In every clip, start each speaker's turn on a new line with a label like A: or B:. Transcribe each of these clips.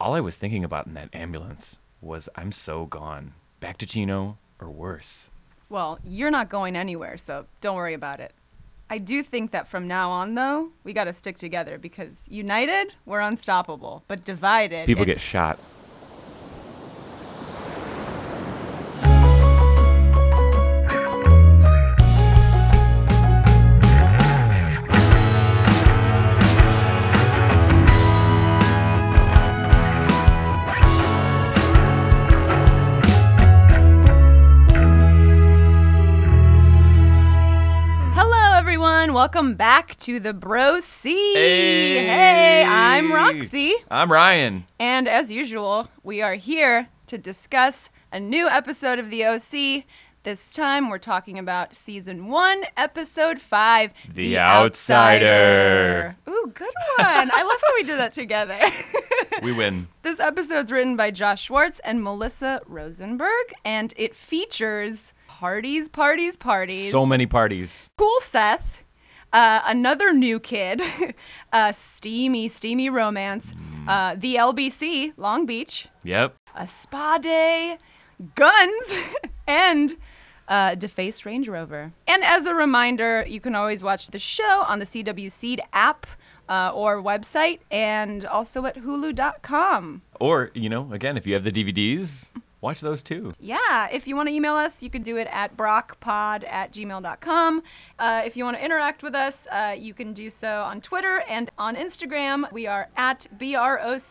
A: all I was thinking about in that ambulance was I'm so gone. Back to Chino or worse.
B: Well, you're not going anywhere, so don't worry about it. I do think that from now on, though, we got to stick together because united, we're unstoppable. But divided,
A: People
B: it's-
A: get shot.
B: Hello, everyone. Welcome back to the Bro C. Hey, I'm Roxy,
A: I'm Ryan.
B: and as usual, we are here to discuss a new episode of The OC. This time, we're talking about season one, episode five,
A: The Outsider.
B: Outsider. Ooh, good one. I love how we did that together.
A: We win.
B: This episode's written by Josh Schwartz and Melissa Rosenberg, and it features parties, parties, parties.
A: so many parties.
B: Cool Seth, uh, another new kid, a steamy, steamy romance, uh, the LBC, Long Beach,
A: Yep.
B: a spa day, guns, and uh, defaced Range Rover. And as a reminder, you can always watch the show on the CW Seed app uh, or website, and also at Hulu.com.
A: Or, you know, again, if you have the DVDs, watch those too.
B: Yeah, if you want to email us, you can do it at brockpod at gmail.com. Uh, if you want to interact with us, uh, you can do so on Twitter and on Instagram. We are at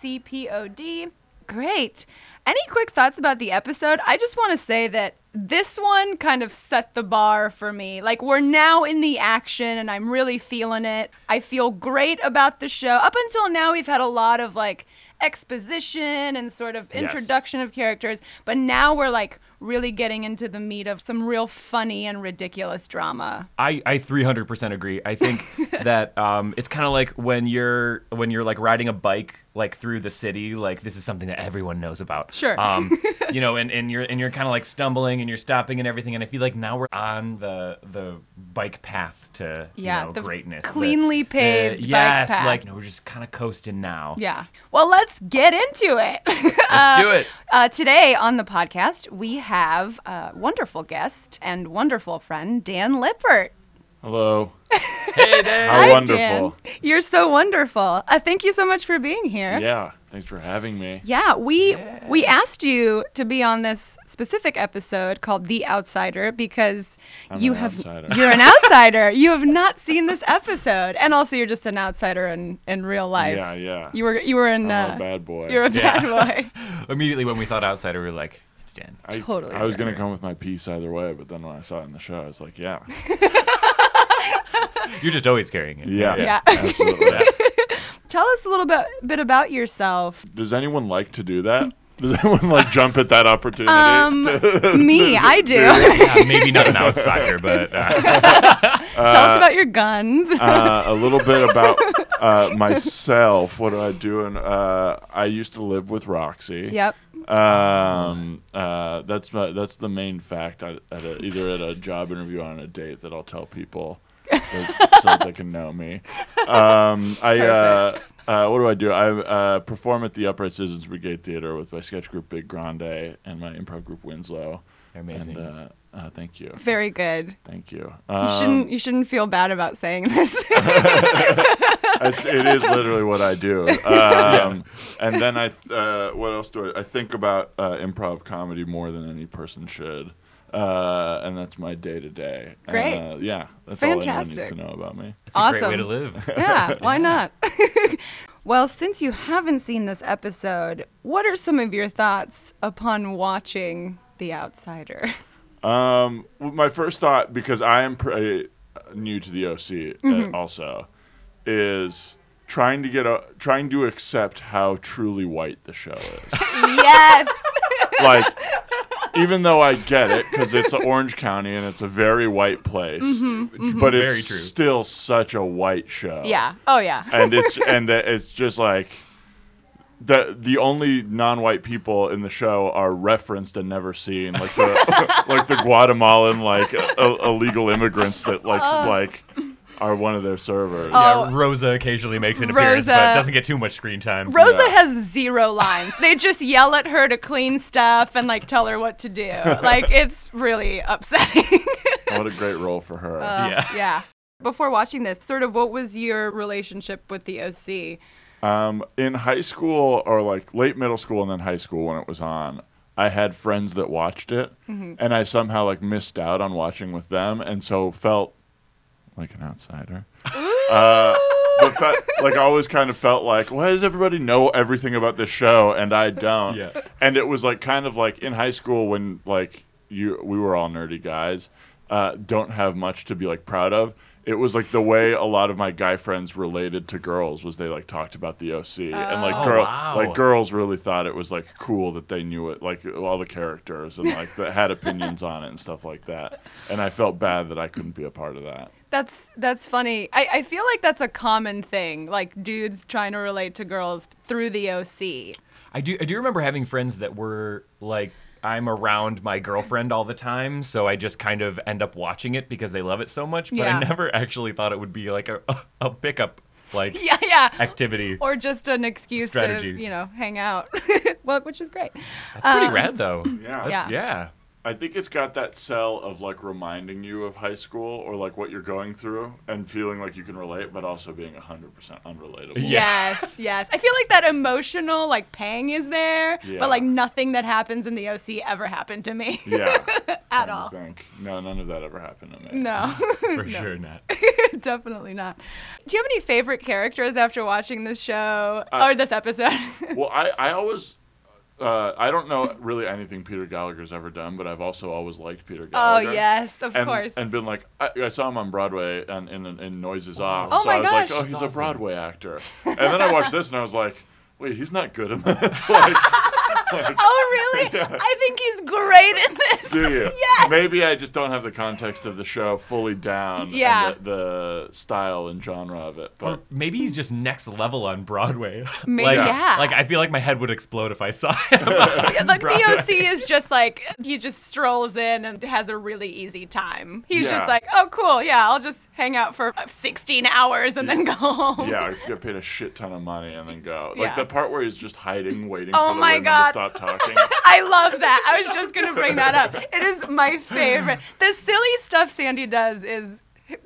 B: BROCPOD. Great. Any quick thoughts about the episode? I just want to say that this one kind of set the bar for me. Like, we're now in the action and I'm really feeling it. I feel great about the show. Up until now, we've had a lot of like exposition and sort of
A: Yes.
B: introduction introduction of characters, but now we're like really getting into the meat of some real funny and ridiculous drama.
A: I, I 300% agree. I think that um, it's kind of like when you're when you're like riding a bike like through the city, like this is something that everyone knows about.
B: Sure.
A: Um, you know, and, and you're and you're kind of like stumbling and you're stopping and everything. And I feel like now we're on the the bike path to
B: Yeah,
A: you know,
B: the
A: greatness,
B: cleanly paved bike
A: yes,
B: path.
A: like you know, we're just kind of coasting now.
B: Yeah. Well, let's get into it. Let's
A: do it.
B: Uh, today on the podcast, we have a wonderful guest and wonderful friend, Dan Lippert.
C: Hello.
A: Hey there.
C: How
B: Hi,
C: wonderful.
B: Dan. You're so wonderful. Uh, thank you so much for being here.
C: Yeah. Thanks for having me.
B: Yeah, we we asked you to be on this specific episode called The Outsider because
C: I'm
B: you
C: an
B: have
C: outsider.
B: you're an outsider. you have not seen this episode, and also you're just an outsider in, in real life.
C: Yeah, yeah.
B: You were you were in.
C: I'm
B: uh,
C: a bad boy.
B: You're a
A: Yeah.
B: bad boy.
A: Immediately when we thought outsider, we were like, it's Dan.
C: I,
B: totally
C: I was
B: different.
C: gonna come with my piece either way, but then when I saw it in the show, I was like, yeah,
A: You're just always carrying it.
C: yeah,
B: Yeah.
C: absolutely.
B: Tell us a little bit bit about yourself.
C: Does anyone like to do that? Does anyone like jump at that opportunity?
B: Um,
C: to-
B: Me, I do. Tell
A: Yeah, maybe not an outsider, but uh,
B: us about your guns.
C: uh, a little bit about uh, myself. What do I do? And uh, I used to live with Roxy.
B: yep.
C: Um, uh, that's my, that's the main fact at, at a, either at a job interview or on a date that I'll tell people that- so that they can know me. Um, I uh, uh, what do I do? I uh, perform at the Upright Citizens Brigade Theater with my sketch group Big Grande and my improv group Winslow.
A: Amazing.
C: And, uh, uh, thank you.
B: Very good.
C: Thank you.
B: You
C: Um,
B: shouldn't you shouldn't feel bad about saying this.
C: it's, it is literally what I do. Um, And then I, th- uh, what else do I? I think about uh, improv comedy more than any person should, uh, and that's my day to day. And,
B: Great.
C: uh, yeah, that's all anyone needs
B: Fantastic.
C: to know about me.
A: it's a great way to
B: Awesome.
A: live.
B: yeah, why not? well, since you haven't seen this episode, what are some of your thoughts upon watching The Outsider?
C: Um, well, my first thought, because I am pretty uh, new to the OC,
B: Mm-hmm.
C: uh, also, is trying to get a, trying to accept how truly white the show is.
B: yes.
C: like even though I get it because it's Orange County and it's a very white place, but it's
A: Very true.
C: still such a white show.
B: Mm-hmm, Yeah. Oh yeah.
C: and it's and that it's just like the the only non-white people in the show are referenced and never seen, like the like the Guatemalan like uh, illegal immigrants that like like are one of their servers.
B: Oh.
A: Yeah, Rosa occasionally makes an appearance,
B: Rosa-
A: but doesn't get too much screen time.
B: Rosa
C: Yeah.
B: has zero lines. they just yell at her to clean stuff and like tell her what to do. Like it's really upsetting.
C: What a great role for her.
B: Uh,
A: Yeah.
B: yeah. Before watching this, sort of what was your relationship with the OC?
C: Um, in high school or like late middle school and then high school when it was on, I had friends that watched it, and I somehow like missed out on watching with them, and so felt like an outsider. Uh, but felt, like I always kind of felt like, why does everybody know everything about this show and I don't?
A: Yeah.
C: And it was like kind of like in high school when like you we were all nerdy guys, uh, don't have much to be like proud of. It was like the way a lot of my guy friends related to girls was they like talked about the OC and like
A: Oh,
C: girl
A: wow.
C: like girls really thought it was like cool that they knew it like all the characters and like that had opinions on it and stuff like that. And I felt bad that I couldn't be a part of that.
B: That's that's funny. I, I feel like that's a common thing, like dudes trying to relate to girls through the OC.
A: I do I do remember having friends that were like I'm around my girlfriend all the time, so I just kind of end up watching it because they love it so much, but
B: Yeah.
A: I never actually thought it would be like a a pickup like
B: Yeah, yeah.
A: activity.
B: Or just an excuse to,
A: Strategy.
B: you know, hang out. well, which is great.
A: That's pretty
B: um,
A: rad though.
C: Yeah.
A: That's- yeah.
C: I think it's got that cell of like reminding you of high school or like what you're going through and feeling like you can relate, but also being 100% unrelatable.
A: Yeah.
B: Yes, yes. I feel like that emotional like pang is there,
C: Yeah.
B: but like nothing that happens in the OC ever happened to me
C: Yeah.
B: at
C: Trying to
B: all.
C: Think. No, none of that ever happened to me.
B: No.
A: For
B: No.
A: sure not.
B: Definitely not. Do you have any favorite characters after watching this show
C: Uh,
B: or this episode?
C: Well, I, I always. Uh, I don't know really anything Peter Gallagher's ever done, but I've also always liked Peter
B: oh
C: Gallagher.
B: yes, of
C: and,
B: course.
C: and been like, I, I saw him on Broadway and in, in, in Noises Off.
B: Oh
C: so
B: my
C: I was like,
B: gosh.
C: oh, he's
A: That's
C: a
A: awesome.
C: Broadway actor. And then I watched this and I was like, wait, he's not good in this. like, like,
B: oh really?
C: Yeah.
B: I think he's great in this.
C: do you?
B: yes.
C: Maybe I just don't have the context of the show fully down. and
B: Yeah.
C: the, the style and genre of it.
A: Or
C: But
A: maybe he's just next level on Broadway.
B: May-
A: like,
B: yeah.
A: Like I feel like my head would explode if I saw him. on
B: Yeah, Like
A: Broadway.
B: the OC is just like he just strolls in and has a really easy time. He's
C: Yeah.
B: just like, oh cool, yeah, I'll just hang out for 16 hours and then go home.
C: yeah, I get paid a shit ton of money and then go. Like
B: Yeah.
C: the part where he's just hiding, waiting
B: Oh
C: for the
B: my
C: women
B: God.
C: to stop talking.
B: I love that. I was just going to bring that up. It is my favorite. The silly stuff Sandy does is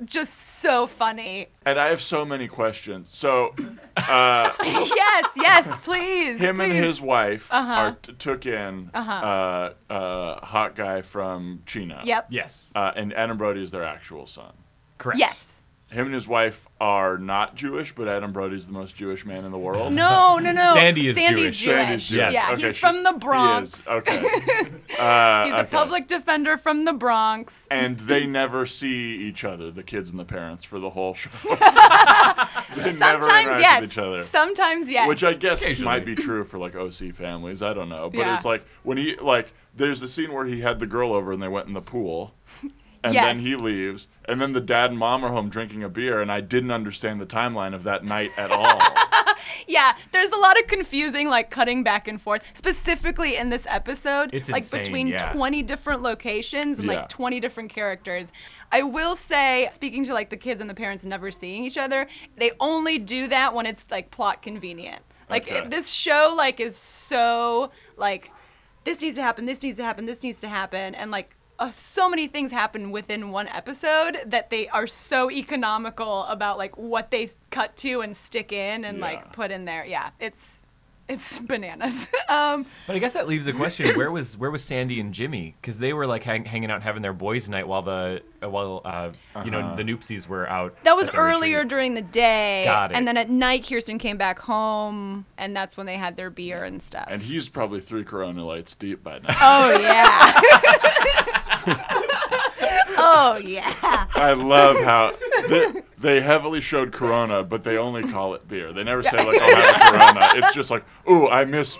B: just so funny.
C: and I have so many questions. So, uh,
B: Yes, yes, please.
C: him and
B: please.
C: his wife
B: Uh-huh.
C: are, t- took in uh
B: Uh-huh.
C: uh, hot guy from China.
B: Yep.
A: Yes.
C: Uh, and Adam Brody is their actual son.
A: Correct.
B: Yes.
C: Him and his wife are not Jewish, but Adam Brody's the most Jewish man in the world.
B: No, no, no.
A: Sandy is
B: Sandy's
A: Jewish.
C: Sandy's Jewish.
B: Yeah,
C: Okay,
B: he's
C: she-
B: from the
C: he is.
B: Bronx.
C: Okay. Uh,
B: He's a public defender from the Bronx.
C: And they never see each other, the kids and the parents, for the whole show. they never
B: Sometimes
C: interact
B: yes.
C: with each other.
B: Sometimes yes.
C: Which I guess
A: Occasionally.
C: might be true for like OC families. I don't know, but
B: Yeah.
C: it's like when he like there's the scene where he had the girl over and they went in the pool, and
B: Yes.
C: then he leaves, and then the dad and mom are home drinking a beer, and I didn't understand the timeline of that night at all.
B: Yeah, there's a lot of confusing, like cutting back and forth, specifically in this episode,
A: It's
B: like
A: insane,
B: between
A: yeah.
B: 20 different locations and
C: Yeah.
B: like 20 different characters. I will say, speaking to like the kids and the parents never seeing each other, they only do that when it's like plot convenient. Like
C: Okay.
B: it- this show, like is so like this needs to happen, this needs to happen, this needs to happen, and like. Uh, so many things happen within one episode that they are so economical about like what they cut to and stick in and
C: Yeah.
B: like put in there. Yeah, it's it's bananas. um,
A: But I guess that leaves a question: where was where was Sandy and Jimmy? Because they were like hang, hanging out, having their boys' night while the uh, while uh, you know
C: Uh-huh.
A: the Noopsies were out.
B: that was
A: at their
B: earlier
A: retreat.
B: during the day,
A: Got it.
B: and then at night Kirsten came back home, and that's when they had their beer and stuff.
C: and he's probably three Corona lights deep by now.
B: oh yeah. oh yeah.
C: I love how they, they heavily showed Corona, but they only call it beer. They never say like, "I'll have a Corona." It's just like, "Ooh, I miss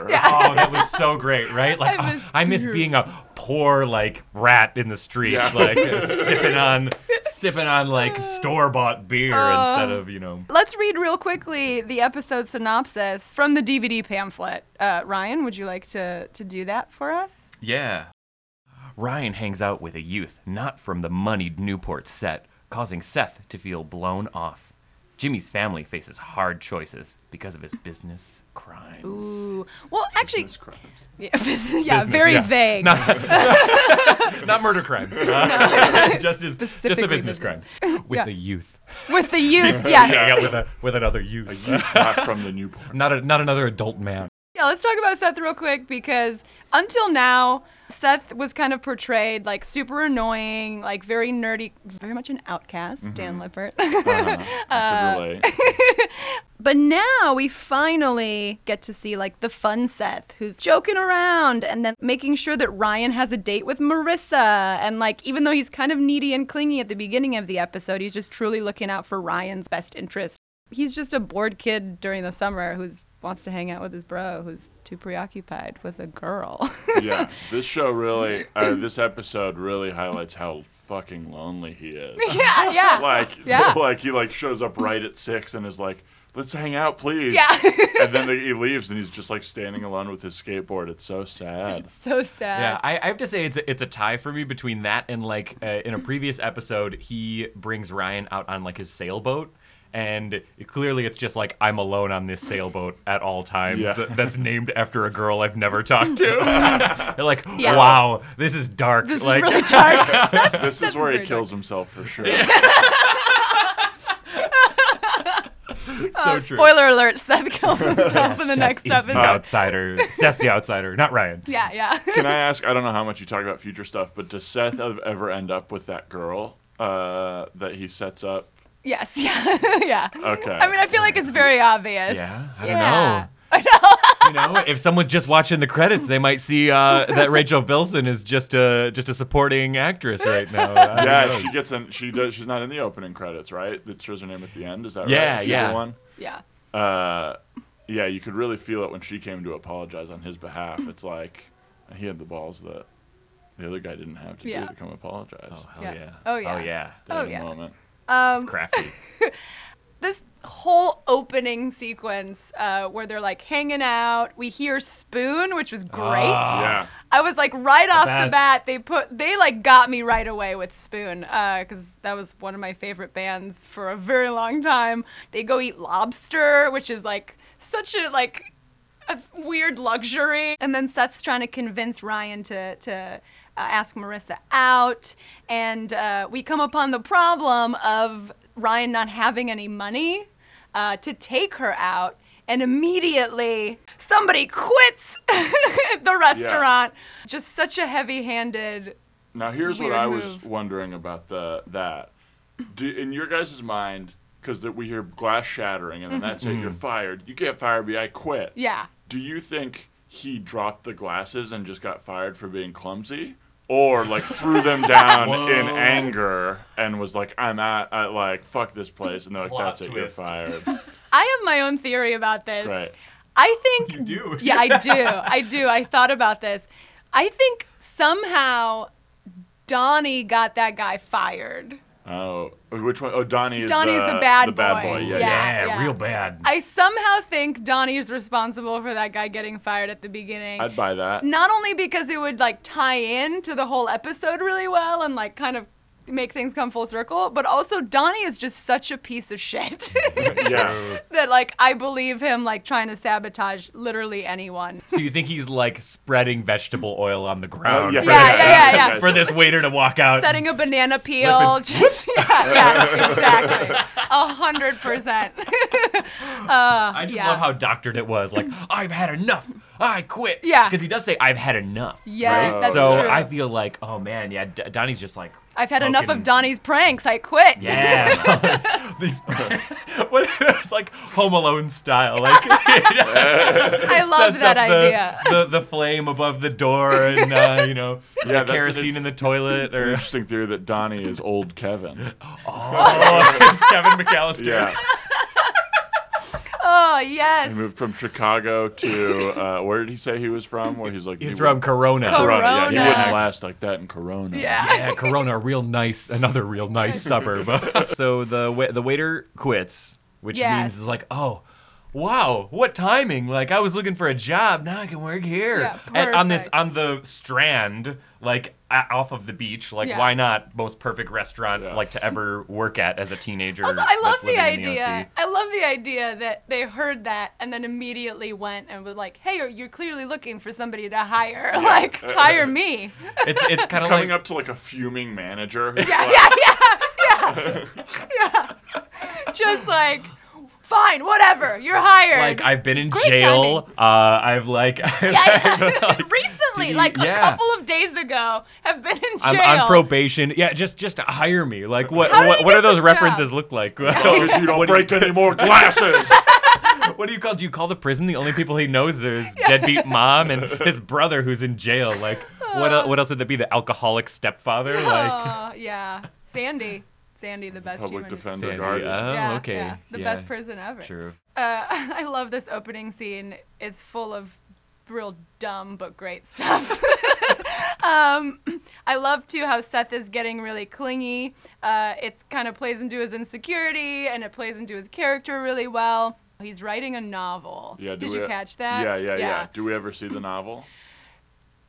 A: oh, that was so great, right? Like oh,
B: I
A: I
B: miss
A: miss,
B: beer.
A: being a poor like rat in the streets,
C: Yeah.
A: like uh, sipping on sipping on like store bought beer
B: Oh.
A: instead of you know.
B: Let's read real quickly the episode synopsis from the DVD pamphlet. Uh, Ryan, would you like to to do that for us?
A: Yeah. Ryan hangs out with a youth not from the moneyed Newport set, causing Seth to feel blown off. Jimmy's family faces hard choices because of his business crimes.
B: Ooh. Well, actually,
C: Business crimes.
B: yeah, business- yeah,
A: Business,
B: very
A: yeah.
B: vague.
A: Not, not murder crimes. just, his, just the
B: Specifically
A: business,
B: business.
A: crimes. With
B: Yeah.
A: the youth.
B: With the youth, yes.
A: Hanging out with, a, with another youth.
C: Not from the Newport.
A: Not, a, not another adult man.
B: Yeah, let's talk about Seth real quick because until now, Seth was kind of portrayed like super annoying, like very nerdy, very much an outcast,
A: Mm-hmm.
B: Dan Lippert.
C: Uh-huh.
B: Uh,
C: I could relate.
B: but now we finally get to see like the fun Seth who's joking around and then making sure that Ryan has a date with Marissa. And like, even though he's kind of needy and clingy at the beginning of the episode, he's just truly looking out for Ryan's best interest. He's just a bored kid during the summer who's wants to hang out with his bro who's too preoccupied with a girl.
C: yeah, this show really, uh, this episode really highlights how fucking lonely he is.
B: yeah, yeah.
C: Like,
B: Yeah.
C: like he like shows up right at six and is like, "Let's hang out, please."
B: Yeah.
C: and then he leaves and he's just like standing alone with his skateboard. It's so sad.
B: so sad.
A: Yeah, I, I have to say it's a, it's a tie for me between that and like uh, in a previous episode he brings Ryan out on like his sailboat. And it- clearly, it's just like I'm alone on this sailboat at all times.
C: Yeah.
A: that- That's named after a girl I've never talked to. They're like,
B: Yeah.
A: wow, this is dark.
B: This
A: like,
B: is really dark.
C: This is where
B: very
C: he
B: dark.
C: kills himself for sure.
A: so
B: Uh,
A: true.
B: spoiler alert, Seth kills himself in the
A: Seth
B: next
A: is
B: episode.
A: the outsider. Seth's the outsider, not Ryan.
B: Yeah, yeah.
C: Can I ask? I don't know how much you talk about future stuff, but does Seth ev- ever end up with that girl uh, that he sets up?
B: Yes, yeah, yeah.
C: Okay.
B: I mean, I feel like it's very obvious.
A: Yeah, I
B: Yeah.
A: don't know. you know, if someone's just watching the credits, they might see uh, that Rachel Bilson is just a just a supporting actress right now. I
C: yeah,
A: don't
C: she
A: know.
C: gets in. She does. She's not in the opening credits, right? That shows her name at the end. Is that
A: Yeah,
C: right? She's the
A: yeah.
C: one?
B: Yeah.
C: Uh, yeah, you could really feel it when she came to apologize on his behalf.
A: Hmm.
C: It's like he had the balls that the other guy didn't have to
B: Yeah.
C: do to come apologize.
A: Oh hell
B: Yeah.
A: yeah.
B: Oh, yeah.
A: Oh yeah.
C: That
B: Oh,
C: in the
B: yeah.
C: moment.
A: It's
B: Um,
A: crafty.
B: this whole opening sequence uh, where they're like hanging out, we hear Spoon, which was great.
A: Ah.
C: Yeah.
B: I was like, right off the
A: best.
B: bat, they put they like got me right away with Spoon because that was one of my favorite bands for a very long time. They go eat lobster, which is like such a like a weird luxury. And then Seth's trying to convince Ryan to to uh, ask Marissa out, and uh, we come upon the problem of Ryan not having any money uh, to take her out. And immediately somebody quits the restaurant. Just such a heavy-handed.
C: Now here's what
B: Weird
C: I was
B: move.
C: wondering about the that. Do, in your guys' mind, because we hear glass shattering and then that's it,
A: Mm-hmm.
C: you're fired. You can't fire me, I quit.
B: Yeah.
C: Do you think he dropped the glasses and just got fired for being clumsy? Or like threw them down in anger and was like, I'm at, I, like, fuck this place. And they're like,
A: Plot
C: that's it, you're
A: twist.
C: fired.
B: I have my own theory about this.
C: Right.
B: I think
A: You do.
B: yeah, I do. I do. I thought about this. I think somehow Donnie got that guy fired.
C: Oh, which one? Oh, Donnie is
B: Donnie's
C: the,
B: the bad
C: the bad
B: boy.
C: boy. Yeah,
A: yeah,
C: yeah.
B: yeah.
A: real bad.
B: I somehow think Donnie is responsible for that guy getting fired at the beginning.
C: I'd buy that.
B: Not only because it would like tie in to the whole episode really well and like kind of make things come full circle, but also Donnie is just such a piece of shit
C: Yeah.
B: that like I believe him like trying to sabotage literally anyone.
A: So you think he's like spreading vegetable oil on the ground
C: yeah.
A: for,
B: Yeah,
A: this,
B: yeah, yeah, yeah.
A: for this waiter to walk out?
B: setting a banana peel. Just yeah, yeah, exactly, a hundred percent.
A: I just
B: yeah.
A: love how doctored it was. Like I've had enough. I quit.
B: Yeah.
A: Because he does say I've had enough.
B: Yeah,
C: Right.
B: that's
A: so
B: true.
A: I
B: I've,
A: feel like, oh man, yeah, D- Donnie's just like,
B: had enough of
A: broken.
B: Donnie's pranks. I quit.
A: yeah. These, what, it's like Home Alone style. Like, you know,
B: I love
A: sets
B: that
A: up the-
B: idea.
A: The, the, flame above the door and, uh, you know,
C: Yeah,
A: the
C: that's
A: kerosene
C: an-
A: in the toilet
C: An
A: or.
C: interesting theory that Donnie is old Kevin.
A: Oh, it's Kevin McAllister.
C: Yeah.
B: Oh
C: He
B: yes.
C: moved from Chicago to uh, where did he say he was from? Where he's like
A: He's
C: he
A: from
C: wouldn't-
A: Corona.
B: Cor-
C: Corona. Yeah, he
B: Corona.
C: wouldn't last like that in Corona.
B: yeah.
A: yeah, Corona, real nice, another real nice suburb. so the wa- the waiter quits, which
B: Yes.
A: means it's like, oh, wow, what timing! Like I was looking for a job, now I can work here
B: Yeah,
A: And on this
B: perfect.
A: on the strand, like a- off of the beach. Like
B: Yeah.
A: why not? Most perfect restaurant
C: Yeah.
A: like to ever work at as a teenager.
B: Also, I
A: that's
B: love the
A: living in OC.
B: idea. I love the idea that they heard that and then immediately went and were like, "Hey, you're clearly looking for somebody to hire. Like, hire me."
A: It's it's kind of
C: Coming
A: like
C: up to like a fuming manager. who's
B: Yeah,
C: like,
B: yeah, yeah, yeah, yeah. Just like, fine, whatever. You're hired.
A: like I've been in
B: Great
A: jail. Uh, I've like,
B: yeah, yeah.
A: like,
B: recently,
A: did he-
B: like a
A: yeah.
B: couple of days ago, have been in jail.
A: I'm on probation. Yeah, just just hire me. Like what
B: How did
A: what,
B: you
A: what
B: get
A: do those
B: this
A: references
B: job?
A: look like?
C: As long as you don't
A: What do you-
C: break any more glasses.
A: What do you call? Do you call the prison? The only people he knows are his deadbeat mom and his brother who's in jail. Like, what el- what else would that be? The alcoholic stepfather? Like,
B: Oh, yeah, Sandy. Sandy, the best
C: Public
B: human.
C: defender.
A: Sandy.
C: Guardian.
A: Oh,
B: Yeah,
A: okay.
B: yeah, the best person ever.
A: True.
B: Uh, I love this opening scene. It's full of real dumb but great stuff. um, I love too how Seth is getting really clingy. Uh, it kind of plays into his insecurity and it plays into his character really well. He's writing a novel.
C: Yeah, do
B: Did
C: we-
B: you catch that?
C: Yeah, yeah, yeah, Do we ever see the novel?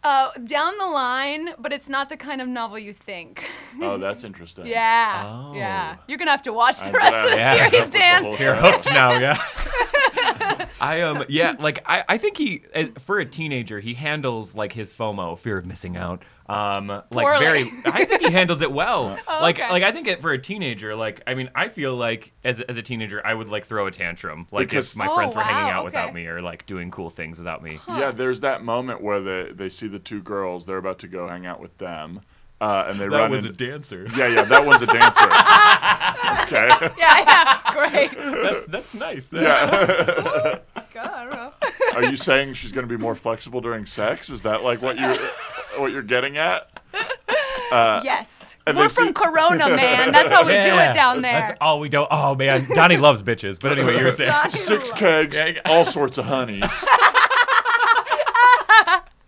B: Uh, down the line, but it's not the kind of novel you think.
C: Oh, that's interesting.
B: yeah,
A: Oh.
B: yeah. You're gonna have to watch the
C: I'm
B: rest
C: glad
B: of the
C: I caught up
B: series,
C: with the
B: Dan.
C: whole
A: You're
C: show.
A: hooked now, yeah. I um yeah like I, I think he as- for a teenager he handles like his FOMO fear of missing out um like
B: Poorly.
A: very I think he handles it well
B: Oh,
A: like
B: okay.
A: like I think it, for a teenager like I mean I feel like as as a teenager I would like throw a tantrum like
C: Because-
A: if my
B: Oh,
A: friends were hanging
B: wow,
A: out
B: okay.
A: without me or like doing cool things without me
B: Huh.
C: Yeah, there's that moment where they, they see the two girls. They're about to go hang out with them, uh, and they
A: that
C: run
A: was a
C: into.
A: dancer
C: yeah, yeah, that one's a dancer. okay.
B: yeah, yeah. Great.
A: that's that's nice
C: Yeah.
B: God, I don't know.
C: Are you saying she's going to be more flexible during sex? Is that like what you what you're getting at? Uh,
B: Yes.
C: And
B: We're
C: they
B: from
C: see-
B: Corona, man. That's how we do
A: Yeah.
B: it down
A: that's
B: there.
A: all we do oh man Donnie loves bitches but anyway you were saying
B: Donnie
C: Six
B: loves-
C: kegs,
A: Yeah, yeah.
C: all sorts of honeys.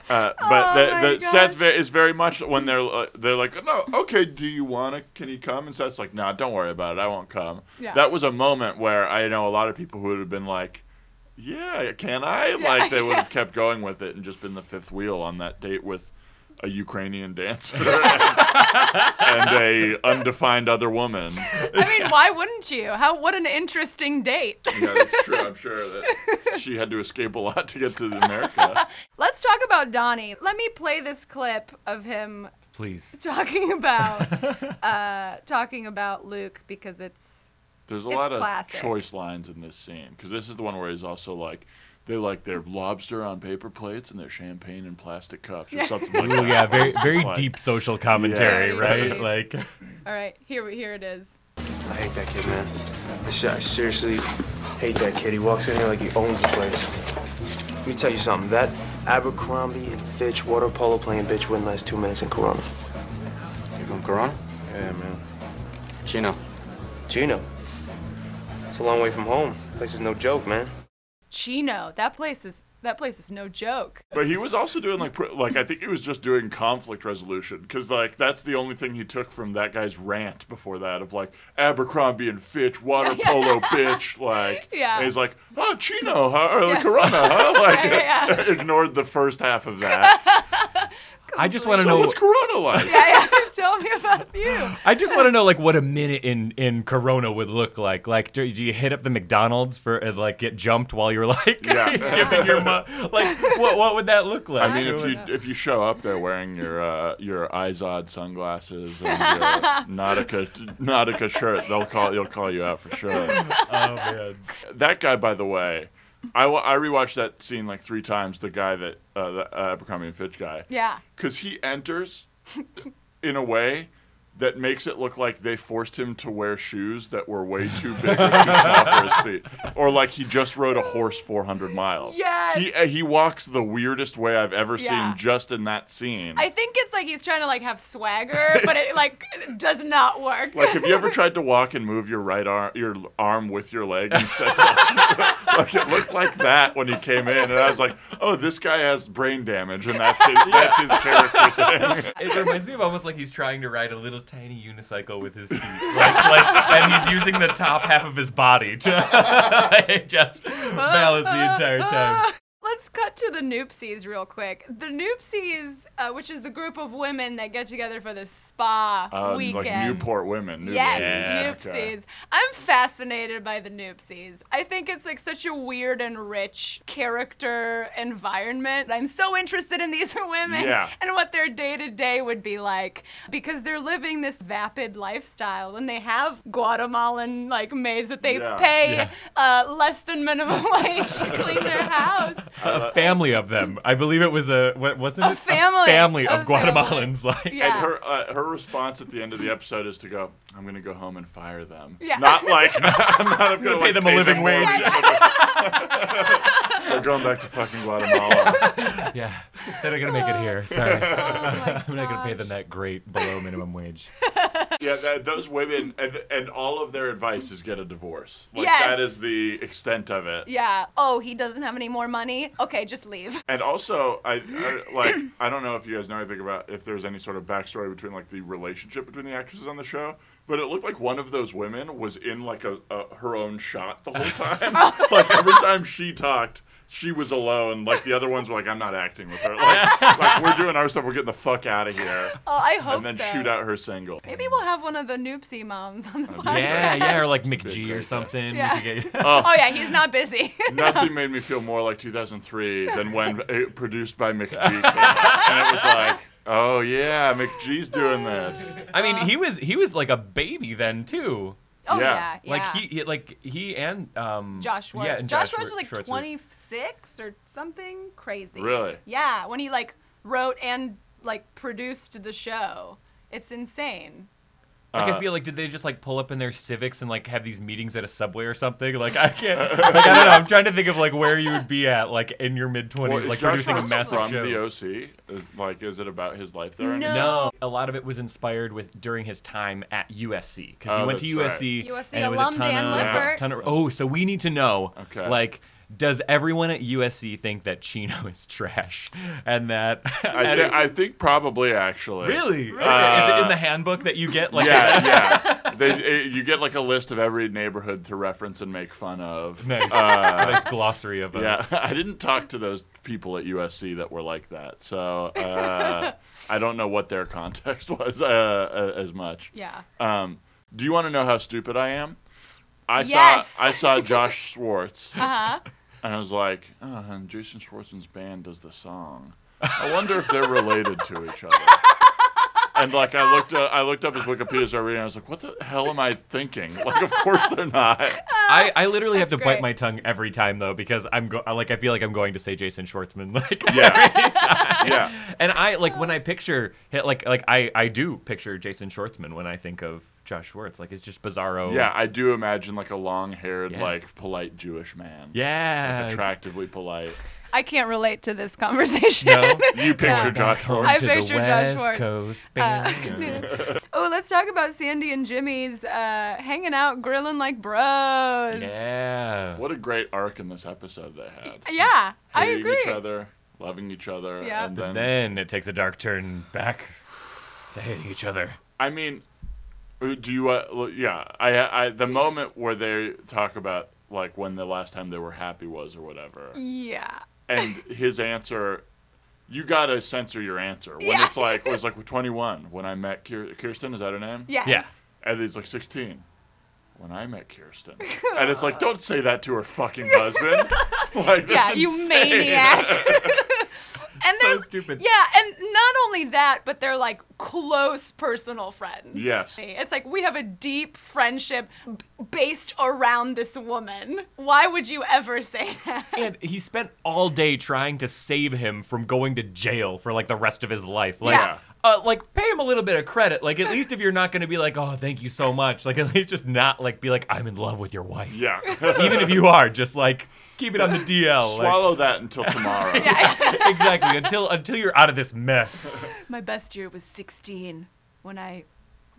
C: Uh, but
B: Oh my
C: the, the
B: gosh.
C: Seth's very, is very much when they're uh, they're like, no, okay, do you want to? Can you come? And Seth's like, nah, don't worry about it, I won't come.
B: Yeah.
C: That was a moment where I know a lot of people who would have been like, yeah, can I? Like they would have kept going with it and just been the fifth wheel on that date with a Ukrainian dancer and a undefined other woman.
B: I mean, why wouldn't you? How what an interesting date.
C: Yeah, that's true. I'm sure that she had to escape a lot to get to America.
B: Let's talk about Donnie. Let me play this clip of him
A: please
B: talking about uh, talking about Luke because it's
C: There's a
B: It's
C: lot of
B: classic.
C: choice lines in this scene because this is the one where he's also like, they like their lobster on paper plates and their champagne in plastic cups or something like
A: Ooh,
C: that.
A: yeah very
C: It's just
A: very
C: like-
A: deep social commentary
B: Yeah.
A: right like.
B: all right. Here we- here it is.
D: I hate that kid, man. I, se- I seriously hate that kid. He walks in here like he owns the place. Let me tell you something. That Abercrombie and Fitch water polo playing bitch wouldn't last two minutes in Corona.
E: You from Corona? Yeah, man. Chino.
D: Gino. It's a long way from home. Place is no joke, man.
B: Chino. That place is that place is no joke.
C: But he was also doing like, pr- like I think he was just doing conflict resolution because like that's the only thing he took from that guy's rant before that of like Abercrombie and Fitch water polo bitch like.
B: Yeah.
C: And he's like, oh Chino huh? or Corona huh? like
B: Yeah, yeah,
C: ignored the first half of that.
A: I just want to
C: so
A: know.
C: what's Corona like?
B: Yeah, yeah. Tell me about you.
A: I just want to know like what a minute in in Corona would look like. Like, do, do you hit up the McDonald's for and like get jumped while you're like
C: Yeah.
A: giving your mo- like what what would that look like?
C: I mean, if
A: Would-
C: you if you show up there wearing your uh, your Izod sunglasses and your Nautica Nautica shirt, they'll call you'll call you out for sure.
A: oh man,
C: That guy, by the way, I, wa- I rewatched that scene like three times. The guy that uh, the uh, Abercrombie and Fitch guy,
B: Yeah.
C: because he enters in a way that makes it look like they forced him to wear shoes that were way too big or too small for his feet, or like he just rode a horse 400 miles.
B: Yes.
C: he uh, he walks the weirdest way I've ever
B: Yeah.
C: seen just in that scene.
B: I think it's like he's trying to like have swagger, but it like does not work.
C: like, have you ever tried to walk and move your right arm, your arm with your leg instead? Of, like, it looked like that when he came in, and I was like, "Oh, this guy has brain damage, and that's his, that's his character thing."
A: it reminds me of almost like he's trying to ride a little tiny unicycle with his feet, like, like, and he's using the top half of his body to just balance the entire time.
B: Let's cut to the Noopsies real quick. The Noopsies, uh, which is the group of women that get together for the spa
C: Um,
B: weekend.
C: Like Newport women. Noopsies.
B: Yes,
A: Yeah.
B: Noopsies. I'm fascinated by the Noopsies. I think it's like such a weird and rich character environment. I'm so interested in these women
C: Yeah.
B: and what their day to day would be like because they're living this vapid lifestyle when they have Guatemalan like maids that they
C: Yeah.
B: pay
A: Yeah.
B: uh, less than minimum wage to clean their house.
A: A family of them. I believe it was a what wasn't
B: A
A: it?
B: family.
A: family
B: A
A: of Guatemalans. Like
B: Yeah.
C: And her uh, her response at the end of the episode is to go, "I'm gonna go home and fire them."
B: Yeah.
C: Not like I'm not I'm gonna
A: pay
C: like,
A: them a living
C: more.
A: wage.
C: They're going back to fucking Guatemala.
A: yeah, they're not gonna make it here. Sorry,
B: Oh, my
A: I'm not gonna pay
B: gosh.
A: them that great below minimum wage.
C: yeah, that, those women and and all of their advice is get a divorce. Like
B: Yes.
C: that is the extent of it.
B: Yeah. Oh, he doesn't have any more money. Okay, just leave.
C: And also, I, I like I don't know if you guys know anything about if there's any sort of backstory between like the relationship between the actresses on the show, but it looked like one of those women was in like a, a her own shot the whole time.
B: Oh.
C: like every time she talked, she was alone. Like the other ones were like, "I'm not acting with her. Like, like we're doing our stuff. We're getting the fuck out of here."
B: Oh, I hope
C: and then
B: so.
C: shoot out her single.
B: Maybe we'll have one of the Noopsie moms on the podcast.
A: yeah, yeah, or like
C: Big
A: McG or
C: great
A: something.
B: Yeah.
A: We could get-
B: Oh yeah, he's not busy.
C: Nothing made me feel more like 2003 than when it produced by McGee, came out. and it was like, "Oh yeah, McGee's doing this."
A: I mean, he was he was like a baby then too.
B: Oh yeah,
C: Yeah.
B: yeah.
A: Like he, he like he and um
B: Josh Schwartz.
A: Yeah, and
B: Josh,
A: Schwar-
B: Schwartz was like
A: Schwartz
B: 26 or something crazy.
C: Really?
B: Yeah, when he like wrote and like produced the show. It's insane.
A: Like I
C: Uh,
A: feel like did they just like pull up in their civics and like have these meetings at a subway or something? Like I can't. Like I don't know. I'm trying to think of like where you would be at like in your mid
C: Well,
A: twenties,
C: is
A: like
C: Josh
A: producing a
C: Hartnett
A: massive
C: from
A: show.
C: the OC. Is- Like, is it about his life there?
B: No.
A: No, a lot of it was inspired with during his time at USC because he
C: Oh,
A: went to
C: that's
A: USC.
B: right. USC
A: and it was
B: alum
A: a ton
B: Dan
A: of,
B: Lippert.
A: ton of- oh, so we need to know.
C: Okay.
A: Like, does everyone at USC think that Chino is trash and that?
C: I,
A: and-
C: thi- I think probably actually.
A: really?
C: Uh,
A: Is it in the handbook that you get? Like,
C: Yeah, yeah. They, it- you get like a list of every neighborhood to reference and make fun of.
A: nice,
C: Uh,
A: nice glossary of. uh,
C: yeah, I didn't talk to those people at USC that were like that, so uh, I don't know what their context was uh, uh, as much.
B: Yeah.
C: Um, do you want to know how stupid I am? I
B: Yes.
C: saw I saw Josh Schwartz.
B: Uh-huh.
C: And I was like, oh, and Jason Schwartzman's band does the song. I wonder if they're related to each other. And like I looked, up, I looked up his Wikipedia as I read, it, and I was like, "What the hell am I thinking?" Like, of course they're not.
A: I, I literally have to
B: That's great.
A: bite my tongue every time though because I'm go- I, like I feel like I'm going to say Jason Schwartzman like
C: Yeah, yeah.
A: and I like when I picture hit like like I I do picture Jason Schwartzman when I think of Josh Schwartz like it's just bizarro
C: Yeah, I do imagine like a long-haired,
A: Yeah.
C: like polite Jewish man.
A: yeah
C: attractively polite.
B: I can't relate to this conversation.
A: no
C: You picture
A: Back
C: Josh
A: home
C: Schwartz.
B: I
A: to
B: pictured
A: the
B: Josh
A: West
B: Schwartz.
A: Coast
B: Uh,
A: band.
B: oh, let's talk about Sandy and Jimmy's uh, hanging out, grilling like bros.
A: yeah
C: What a great arc in this episode they had.
B: Yeah, I
C: Hating
B: agree.
C: Each other, loving each other,
B: Yeah.
C: and
A: But
C: then
A: then it takes a dark turn back to hating each other
C: I mean, uh, do you? Uh, l- yeah, I, I the moment where they talk about like when the last time they were happy was or whatever,
B: Yeah.
C: and his answer, you gotta censor your answer when
B: Yeah.
C: it's like was like 21 when I met Kier- Kirsten. Is that her name?
B: Yes.
A: yeah
C: And he's like 16 when I met Kirsten, and it's like don't say that to her fucking husband. like that's
B: yeah, you
C: insane.
B: maniac. and
A: So
B: they're
A: stupid.
B: Yeah, and not only that, but they're like close personal friends.
C: Yes.
B: It's like we have a deep friendship b- based around this woman. Why would you ever say that?
A: And he spent all day trying to save him from going to jail for like the rest of his life. Like,
B: Yeah.
A: uh, like pay him a little bit of credit. Like, at least if you're not going to be like, oh, thank you so much. Like, at least just not like be like, I'm in love with your wife.
C: Yeah.
A: Even if you are, just like keep it on the DL. Like,
C: Swallow that until tomorrow.
A: exactly. Until until you're out of this mess.
B: My best year was 16 when I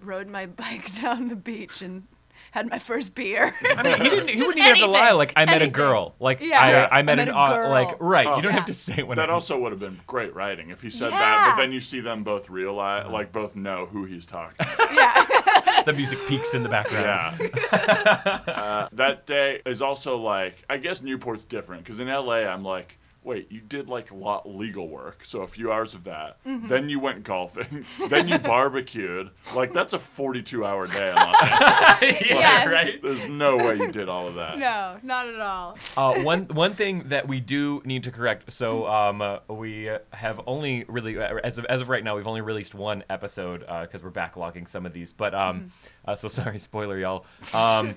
B: rode my bike down the beach and had my first beer.
A: I mean, he didn't. He
B: Just
A: wouldn't even have to lie.
B: anything,
A: Like I met
B: anything.
A: a girl. Like
B: Yeah. Yeah.
A: I, I met
B: I
A: an
B: met a
A: au-
B: girl.
A: like right.
C: Oh.
A: you don't
B: Yeah.
A: have to say when.
C: That
A: I-
C: also would have been great writing if he said that,
B: Yeah.
C: but then you see them both realize, like, both know who he's talking about.
B: yeah.
A: the music peaks in the background.
C: Yeah. uh, that day is also like, I guess Newport's different because in LA, I'm like, wait, you did like a lot legal work. So a few hours of that.
B: Mm-hmm.
C: Then you went golfing. then you barbecued. Like, that's a 42 hour day. in Los Angeles.
A: Yeah,
B: Yes.
A: Right.
C: There's no way you did all of that.
B: No, not at all.
A: Uh, one one thing that we do need to correct. So um, uh, we have only really uh, as of, as of right now we've only released one episode because we're backlogging some of these. But um, uh, so sorry, spoiler y'all. Um,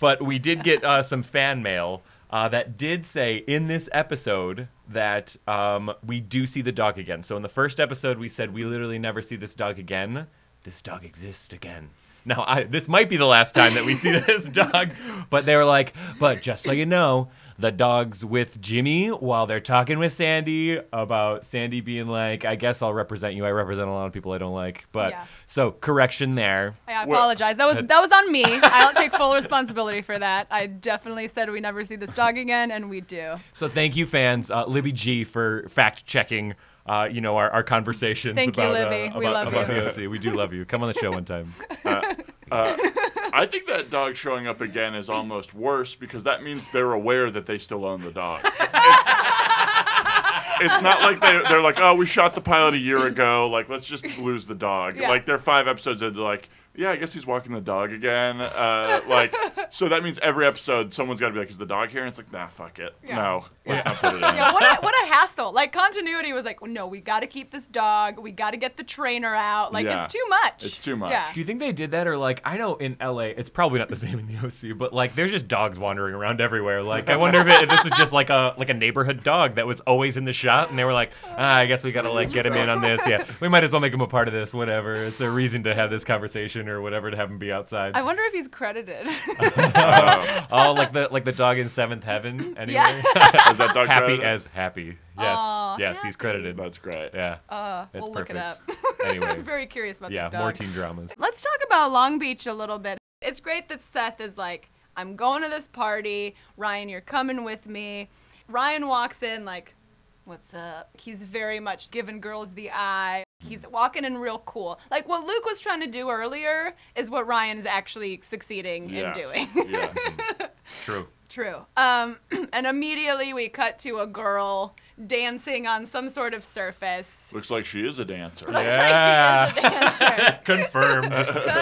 A: but we did get uh, some fan mail uh, that did say in this episode that um, we do see the dog again. So in the first episode we said we literally never see this dog again. This dog exists again. Now, I, this might be the last time that we see this dog, but they were like, but just so you know, the dog's with Jimmy while they're talking with Sandy about Sandy being like, I guess I'll represent you. I represent a lot of people I don't like. But
B: Yeah.
A: so, correction there.
B: I
C: Well,
B: apologize. That was that was on me. I'll take full responsibility for that. I definitely said we never see this dog again, and we do.
A: So, thank you, fans. Uh, Libby G for fact checking. Uh, you know our, our conversations
B: Thank you,
A: about,
B: Libby.
A: Uh,
B: We
A: about,
B: love
A: about
B: you.
A: the OC. We do love you. Come on the show one time.
C: I think that dog showing up again is almost worse because that means they're aware that they still own the dog. It's, it's not like they, they're like, oh, we shot the pilot a year ago. Like, let's just lose the dog.
B: Yeah.
C: Like, they're five episodes in. They're like, yeah, I guess he's walking the dog again. Uh, like, so that means every episode someone's got to be like, is the dog here? And it's like, nah, fuck it.
B: Yeah.
C: No, let's not put it in.
B: Yeah, what a, what a hassle. Like continuity was like, no, we got to keep this dog. We got to get the trainer out. Like
C: Yeah.
B: it's too much.
C: It's too much.
B: Yeah.
A: Do you think they did that, or like I know in LA, it's probably not the same in the OC, but like there's just dogs wandering around everywhere. Like I wonder if, it, if this was just like a like a neighborhood dog that was always in the shot, and they were like, ah, I guess we gotta like get him in on this. Yeah, we might as well make him a part of this. Whatever, it's a reason to have this conversation or whatever to have him be outside.
B: I wonder if he's credited.
C: Oh.
A: oh, like the like the dog in Seventh Heaven. Anyway,
B: Yeah.
C: Is that dog
A: happy
C: credited?
A: as happy. Yes,
B: Aw,
A: yes, he's
B: happy.
A: credited.
C: That's great.
A: Yeah,
B: uh,
A: That's
B: we'll look it up.
A: perfect. Anyway.
B: I'm very curious about
A: yeah,
B: this dog.
A: more teen dramas.
B: Let's talk about Long Beach a little bit. It's great that Seth is like, I'm going to this party. Ryan, you're coming with me. Ryan walks in, like, what's up? He's very much giving girls the eye. He's walking in real cool. Like what Luke was trying to do earlier is what Ryan is actually succeeding
C: Yes.
B: in doing.
C: Yes.
A: True.
B: True. Um, and immediately we cut to a girl dancing on some sort of surface.
C: Looks like she is a dancer.
A: Yeah.
B: She is a dancer.
A: Confirmed.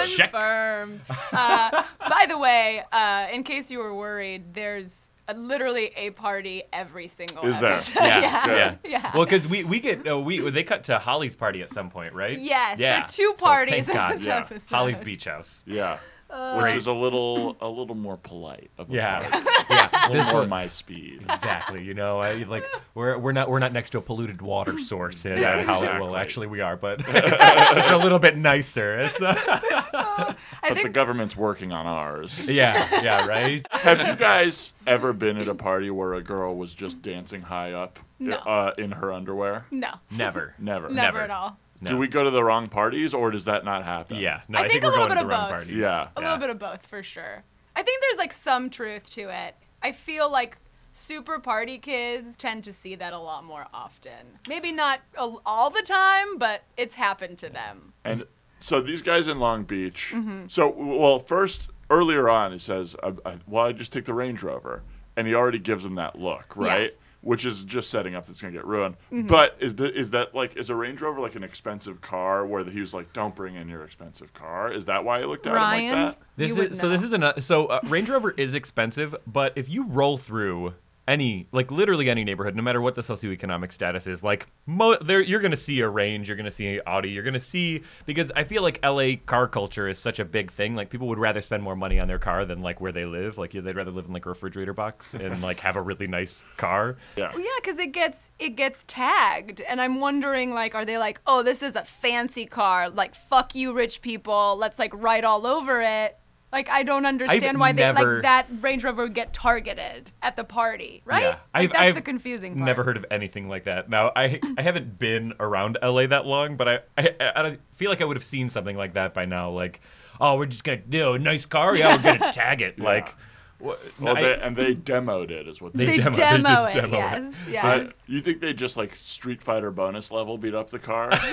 A: Check.
B: Confirmed. Uh, by the way, uh, in case you were worried, there's uh literally a party every single
C: Is there?
B: episode.
A: yeah,
B: yeah.
A: yeah.
B: yeah.
A: Well, because we we get uh, we they cut to Holly's party at some point, right?
B: yes,
A: Yeah.
B: there are two
A: So
B: parties
A: thank God.
B: in this
C: yeah.
B: episode.
A: Holly's beach house.
C: Yeah. Which
B: Uh,
A: Great.
C: is a little a little more polite of a
A: Yeah.
C: party.
A: yeah.
C: A little
A: This
C: more
A: one-
C: my speed.
A: exactly. You know, I, like we're we're not we're not next to a polluted water source in
C: Yeah,
A: uh, Holly. Well,
C: exactly.
A: actually, we are, but it's just a little bit nicer. It's, uh,
B: I
C: But the
B: think
C: government's working on ours.
A: yeah. Yeah. Right.
C: Have you guys ever been at a party where a girl was just dancing high up
B: No.
C: uh, in her underwear?
B: no,
A: Never.
C: Never.
B: never,
A: Never.
B: at all.
A: No.
C: Do we go to the wrong parties or does that not happen?
A: Yeah. No.
B: I
A: I,
B: think a
A: we're
B: little
A: going
B: bit
A: to the
B: of
A: wrong
B: both.
A: parties.
C: Yeah.
B: A little bit of both for sure. I think there's like some truth to it. I feel like super party kids tend to see that a lot more often. Maybe not a- all the time, but it's happened to them.
C: And so these guys in Long Beach. So well, first earlier on, he says, I, I, "Well, I just take the Range Rover," and he already gives them that look, right? Which is just setting up that's going to get ruined. But is the, is that like is a Range Rover like an expensive car? Where he was like, "Don't bring in your expensive car." Is that why he looked at him
B: Ryan,
C: like that?
A: This
B: you would
A: is, so this
B: know.
A: is another. So uh, Range Rover is expensive, but if you roll through any, like literally any neighborhood, no matter what the socioeconomic status is, like mo- there, you're gonna see a Range, you're gonna see an Audi, you're gonna see because I feel like LA car culture is such a big thing. Like people would rather spend more money on their car than like where they live. Like yeah, they'd rather live in like a refrigerator box and like have a really nice car.
B: Well, yeah, because it gets it gets tagged, and I'm wondering like, are they like, oh, this is a fancy car, like fuck you, rich people, let's like write all over it. Like I don't understand why they
A: never-
B: like that Range Rover would get targeted at the party, right?
A: Yeah.
B: Like,
A: I've-
B: that's
A: I've
B: the confusing part.
A: Never heard of anything like that. Now, I I haven't been around LA that long, but I I, I I feel like I would have seen something like that by now. Like oh, we're just gonna do a nice car. Yeah, we're gonna tag it. Like, what,
C: Well,
A: I-
C: they, and they demoed it, is what
A: They
C: they,
B: They
A: demo-
B: demo,
A: they did
B: it.
A: demo
B: yes,
A: it.
B: yes.
C: I- you think they just like Street Fighter bonus level beat up the car?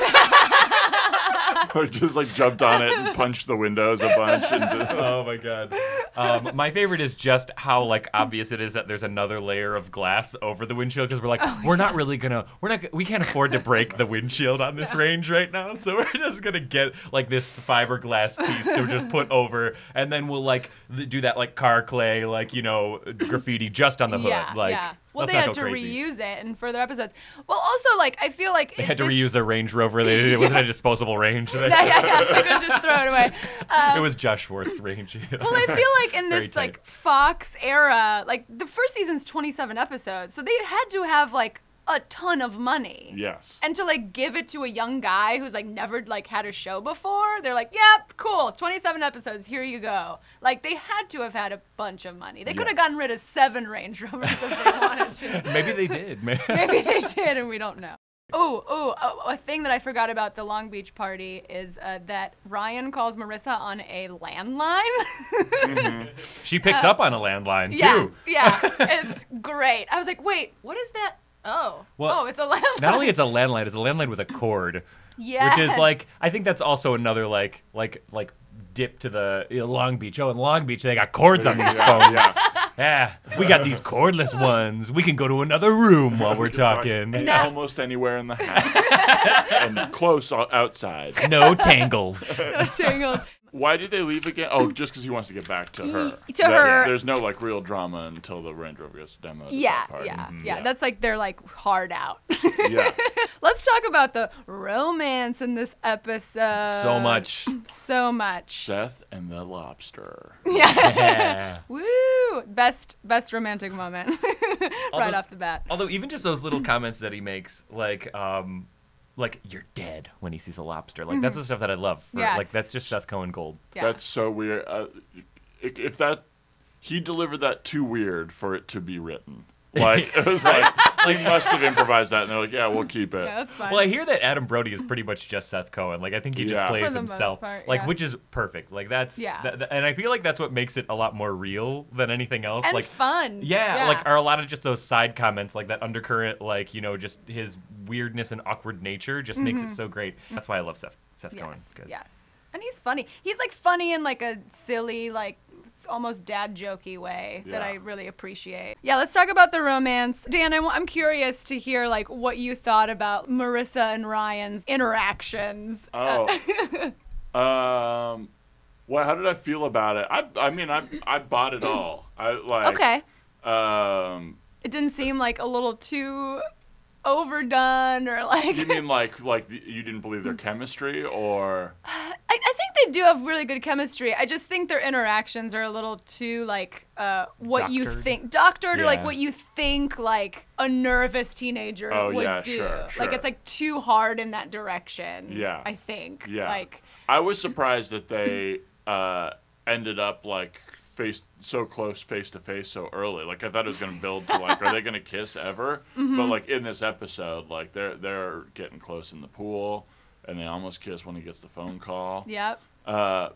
C: or just like jumped on it and punched the windows a bunch and
A: oh my god. Um, my favorite is just how like obvious it is that there's another layer of glass over the windshield because we're
B: Oh,
A: like we're not really gonna we're not g- we can't afford to break the windshield on this range right now so we're just gonna get like this fiberglass piece to just put over and then we'll like th- do that like car clay like you know graffiti just on the hood
B: yeah,
A: like
B: yeah. Well,
A: let's
B: they
A: not
B: had to
A: go crazy.
B: reuse it in further episodes. Well, also like I feel like
A: They
B: it-
A: had to
B: this-
A: reuse their Range Rover. They, It wasn't a disposable Range.
B: Yeah, yeah, yeah. They could just throw it away. Um,
A: It was Josh Schwartz Range.
B: Well, I feel like in
A: Very
B: this
A: tight.
B: like Fox era, like the first season's 27 episodes, so they had to have like a ton of money.
C: yes.
B: And to like give it to a young guy who's like never like had a show before, they're like, "Yep, cool, 27 episodes, here you go." Like they had to have had a bunch of money. They could
C: Yeah.
B: have gotten rid of seven Range Rovers if they wanted to.
A: Maybe they did, man.
B: Maybe they did, and we don't know. Oh, oh, a thing that I forgot about the Long Beach party is uh, that Ryan calls Marissa on a landline.
A: She picks up on a landline
B: Oh. yeah,
A: too.
B: yeah, it's great. I was like, wait, what is that? Oh,
A: Well,
B: oh, it's a landline.
A: Not only it's a landline, it's a landline with a cord,
B: yes.
A: which is like I think that's also another like like like dip to the you know, Long Beach. Oh, in Long Beach they got cords on these
C: Yeah,
A: phones.
C: yeah.
A: Yeah, we got these cordless ones. We can go to another room while we're talking.
C: And
B: No.
C: Almost anywhere in the house. and close o- outside.
A: No tangles.
B: No tingles.
C: Why did they leave again? Oh, just because he wants to get back to her.
B: Y- to her.
C: There's no like real drama until the Range Rover gets demoed. at
B: yeah,
C: that part.
B: yeah,
A: Mm-hmm.
C: Mhm.
B: yeah. That's like they're like hard out.
C: yeah.
B: Let's talk about the romance in this episode.
A: so much.
B: So much.
C: Seth and the Lobster.
B: Yeah.
A: Yeah.
B: Woo! Best best romantic moment right
A: Although-
B: off the bat.
A: Although even just those little comments that he makes, like um, like you're dead when he sees a lobster. Like that's the stuff that I love. for-
B: Mm-hmm. Yes.
A: Like that's just Seth Cohen gold.
B: Yeah.
C: That's so weird. Uh, if, if that he delivered that too weird for it to be written. Like it was like he must have improvised that, and they're like, yeah, we'll keep it.
B: yeah, that's fine.
A: Well, I hear that Adam Brody is pretty much just Seth Cohen. Like I think he just
C: Yeah. For
A: plays
B: the most
A: himself,
B: part,
A: like
B: yeah.
A: which is perfect. Like that's
B: Yeah.
A: tha- tha- and I feel like that's what makes it a lot more real than anything else.
B: and
A: like
B: fun.
A: yeah, like are a lot of just those side comments, like that undercurrent, like you know, just his weirdness and awkward nature, just makes it so great. That's why I love Seth Seth
B: Mm-hmm. yes,
A: Cohen. 'cause-
B: yes. And he's funny. He's like funny in like a silly, like s- almost dad jokey way that
C: Yeah.
B: I really appreciate. Yeah, let's talk about the romance. Dan, I w- I'm curious to hear like what you thought about Marissa and Ryan's interactions.
C: Oh. um. Well, how did I feel about it? I I mean I I bought it all. I like
B: okay.
C: Um.
B: It didn't seem like a little too overdone or like
C: You mean like like the, you didn't believe their chemistry or
B: I, I think they do have really good chemistry. I just think their interactions are a little too like uh, what you
A: Doctored?
B: think, doctored, or like
A: Yeah.
B: what you think like a nervous teenager
C: Oh,
B: would
C: yeah,
B: do.
C: sure,
B: Like
C: sure.
B: it's like too hard in that direction.
C: Yeah.
B: I think.
C: Yeah.
B: Like
C: I was surprised that they uh, ended up like face so close face to face so early. Like I thought it was gonna build to like are they gonna kiss ever? But like in this episode, like they're they're getting close in the pool, and they almost kiss when he gets the phone call.
B: yep.
C: Uh,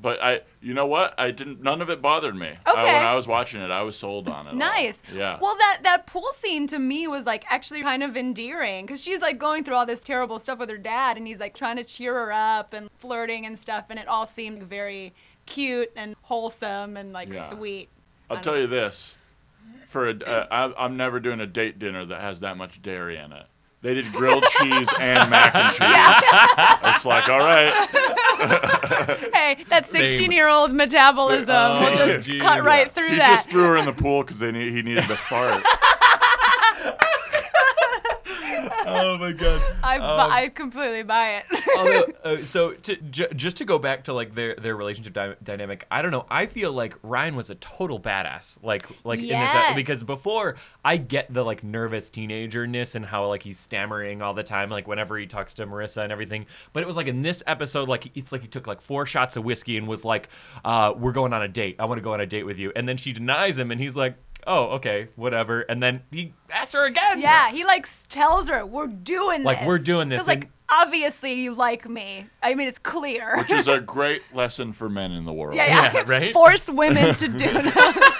C: but I, you know what? I didn't. None of it bothered me. I,
B: Okay.
C: when I was watching it, I was sold on it. all.
B: Nice.
C: Oh, Yeah.
B: Well, that that pool scene to me was like actually kind of endearing because she's like going through all this terrible stuff with her dad, and he's like trying to cheer her up and flirting and stuff, and it all seemed very cute and wholesome and like
C: Yeah.
B: sweet.
C: I'll tell you this: for a, uh, I, I'm never doing a date dinner that has that much dairy in it. They did grilled cheese and mac and cheese. it's like, all right,
B: Hey, that
A: Same.
B: 16 year old metabolism
A: Oh,
B: will just
A: geez.
B: cut right through
C: he
B: that.
C: just threw her in the pool because they need, he needed to fart.
A: Oh my god.
B: I, bu-
A: Um,
B: I completely buy it.
A: Although, uh, so to, ju- just to go back to like their their relationship dy- dynamic, I don't know. I feel like Ryan was a total badass. Like like in
B: Yes.
A: his, uh, because before I get the like nervous teenagerness and how like he's stammering all the time, like whenever he talks to Marissa and everything. But it was like in this episode, like it's like he took like four shots of whiskey and was like, uh, "We're going on a date. I want to go on a date with you." And then she denies him, and he's like, "Oh, okay, whatever." And then he asks her again.
B: yeah, he like s- tells her, "We're doing
A: Like,
B: this."
A: we're doing this,
B: Because like
A: and-
B: obviously you like me. I mean, it's clear.
C: which is a great lesson for men in the world.
B: yeah, yeah.
A: Yeah, right?
B: Force women to do that.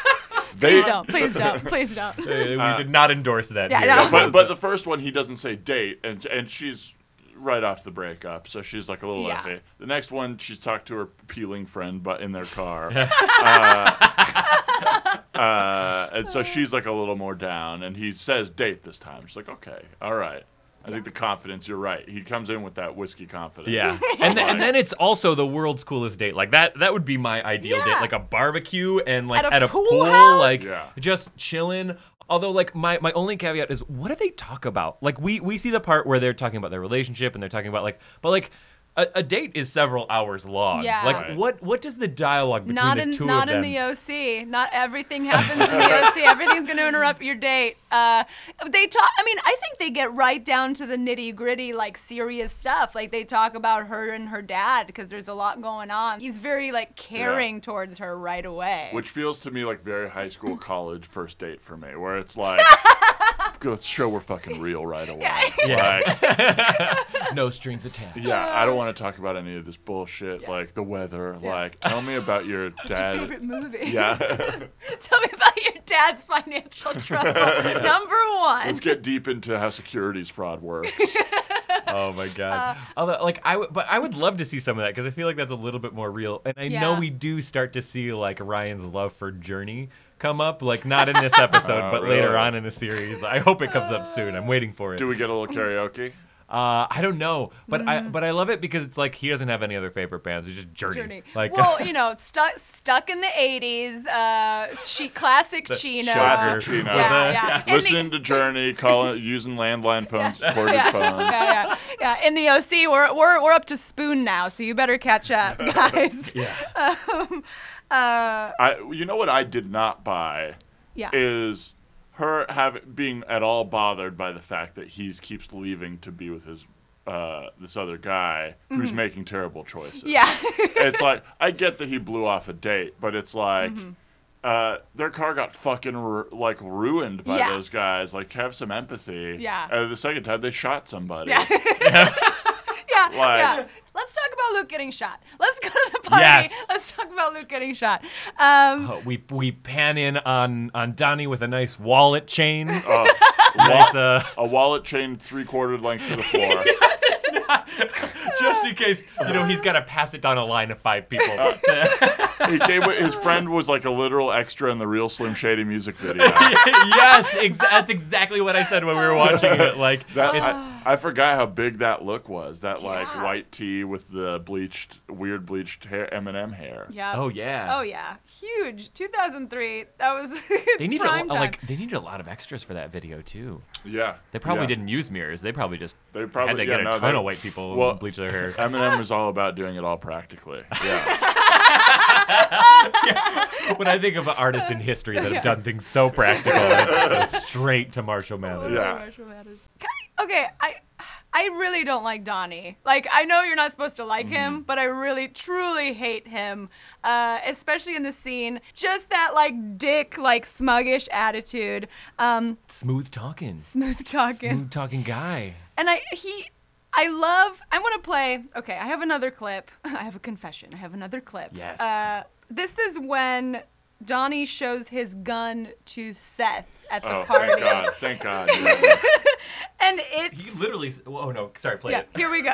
C: They-
B: please don't. Please don't. Please don't.
A: Uh, we did not endorse that.
B: Yeah,
A: here.
B: no.
C: But but the first one he doesn't say date, and and she's right off the breakup, so she's like a little
B: Yeah.
C: iffy. The next one, she's talked to her peeling friend, but in their car, uh, uh, and so she's like a little more down. And he says date this time. She's like, okay, all right. I think the confidence. You're right. He comes in with that whiskey confidence.
A: Yeah, and then,
C: Like,
A: and then it's also the world's coolest date. Like that, that would be my ideal
B: Yeah.
A: date, like a barbecue and like
B: At
A: at
B: a
A: a,
B: pool
A: pool,
B: house?
A: like
C: Yeah.
A: just chilling. Although, like my my only caveat is, what do they talk about? Like we we see the part where they're talking about their relationship and they're talking about like, but like. A, a date is several hours long.
B: Yeah.
A: Like
C: Right.
A: what? What does the dialogue between
B: Not
A: the
B: in
A: two
B: not
A: of them?
B: in the OC. Not everything happens in the OC. Everything's going to interrupt your date. Uh, they talk. I mean, I think they get right down to the nitty gritty, like serious stuff. Like they talk about her and her dad because there's a lot going on. He's very like caring towards her right away.
C: Which feels to me like very high school, college first date for me, where it's like, let's show we're fucking real right away.
A: Yeah.
C: Like,
B: uh,
A: no strings attached.
C: Yeah, I don't want to talk about any of this bullshit, like the weather. Like, tell me about your
B: Your
C: dad.
B: favorite movie.
C: yeah,
B: Tell me about your dad's financial trouble. Number one.
C: let's get deep into how securities fraud works.
A: Oh my
B: Uh,
A: god. Although, like, I w- but I would love to see some of that because I feel like that's a little bit more real. And I know
B: Yeah.
A: we do start to see like Ryan's love for Journey come up, like not in this episode,
C: Oh,
A: but
C: really?
A: later on in the series. I hope it comes up soon. I'm waiting for it.
C: Do we get a little karaoke?
A: Uh, I don't know, but I
B: Mm-hmm.
A: but I love it because it's like he doesn't have any other favorite bands. It's just Journey.
B: Journey.
A: Like,
B: well, you know, stuck stuck in the '80s. Uh, she classic
A: The
B: Chino.
A: Shocker.
C: classic Chino.
B: Yeah,
A: Well, the-
B: yeah. And the-
C: Listening to Journey, calling, using landline phones, corded
B: yeah,
C: phones.
B: yeah, yeah, yeah. In the OC, we're, we're, we're up to spoon now, so you better catch up, guys.
A: yeah.
B: Um, uh,
C: I, you know what I did not buy
B: yeah.
C: is her having being at all bothered by the fact that he keeps leaving to be with his uh, this other guy who's
B: Mm-hmm.
C: making terrible choices.
B: yeah.
C: it's like I get that he blew off a date, but it's like
B: Mm-hmm.
C: uh, their car got fucking ru- like ruined by
B: Yeah.
C: those guys. Like, have some empathy.
B: Yeah.
C: Uh, the second time they shot somebody.
B: Yeah. yeah, yeah.
C: Like-
B: Let's talk about Luke getting shot. Let's go to the party.
A: Yes.
B: Let's talk about Luke getting shot. Um,
A: Uh, we we pan in on on Donnie with a nice wallet chain.
C: Uh,
A: nice, uh,
C: a wallet chain three quartered length to the floor.
A: just in case you know he's got to pass it down a line of five people.
C: Uh,
A: to-
C: he gave it- his friend was like a literal extra in the real Slim Shady music video.
A: yes, ex- that's exactly what I said when we were watching it. Like,
C: That,
A: it's-
C: I, I forgot how big that look was. That like
B: Oh. Yeah.
C: white tee with the bleached, weird bleached hair, Eminem hair.
B: yeah.
A: oh yeah.
B: Oh yeah, huge. 2003. That was
A: They needed a,
B: prime
A: lo-
B: time.
A: like they needed a lot of extras for that video too.
C: Yeah.
A: They probably
C: Yeah.
A: didn't use mirrors. They probably just
C: They probably
A: had to
C: yeah,
A: get a
C: no,
A: ton
C: they-
A: of white people
C: well,
A: and bleach their hair.
C: Eminem was all about doing it all practically. Yeah.
A: when I think of artists in history that have done things so practical, I go straight to Marshall Mathers.
C: Yeah.
B: Can I- Okay, I I really don't like Donnie. Like I know you're not supposed to like
C: Mm-hmm.
B: him, but I really truly hate him, uh, especially in the scene. Just that like dick, like smuggish attitude, um,
A: Smooth talking.
B: smooth talking,
A: Smooth talking guy.
B: and I he. I love. I want to play. Okay, I have another clip. I have a confession. I have another clip.
A: Yes.
B: Uh, this is when Donnie shows his gun to Seth at the
C: oh,
B: party,
C: thank God. Thank God. yeah.
B: and it's
A: He literally. Oh no, sorry, play
B: yeah.
A: it.
B: Here we go.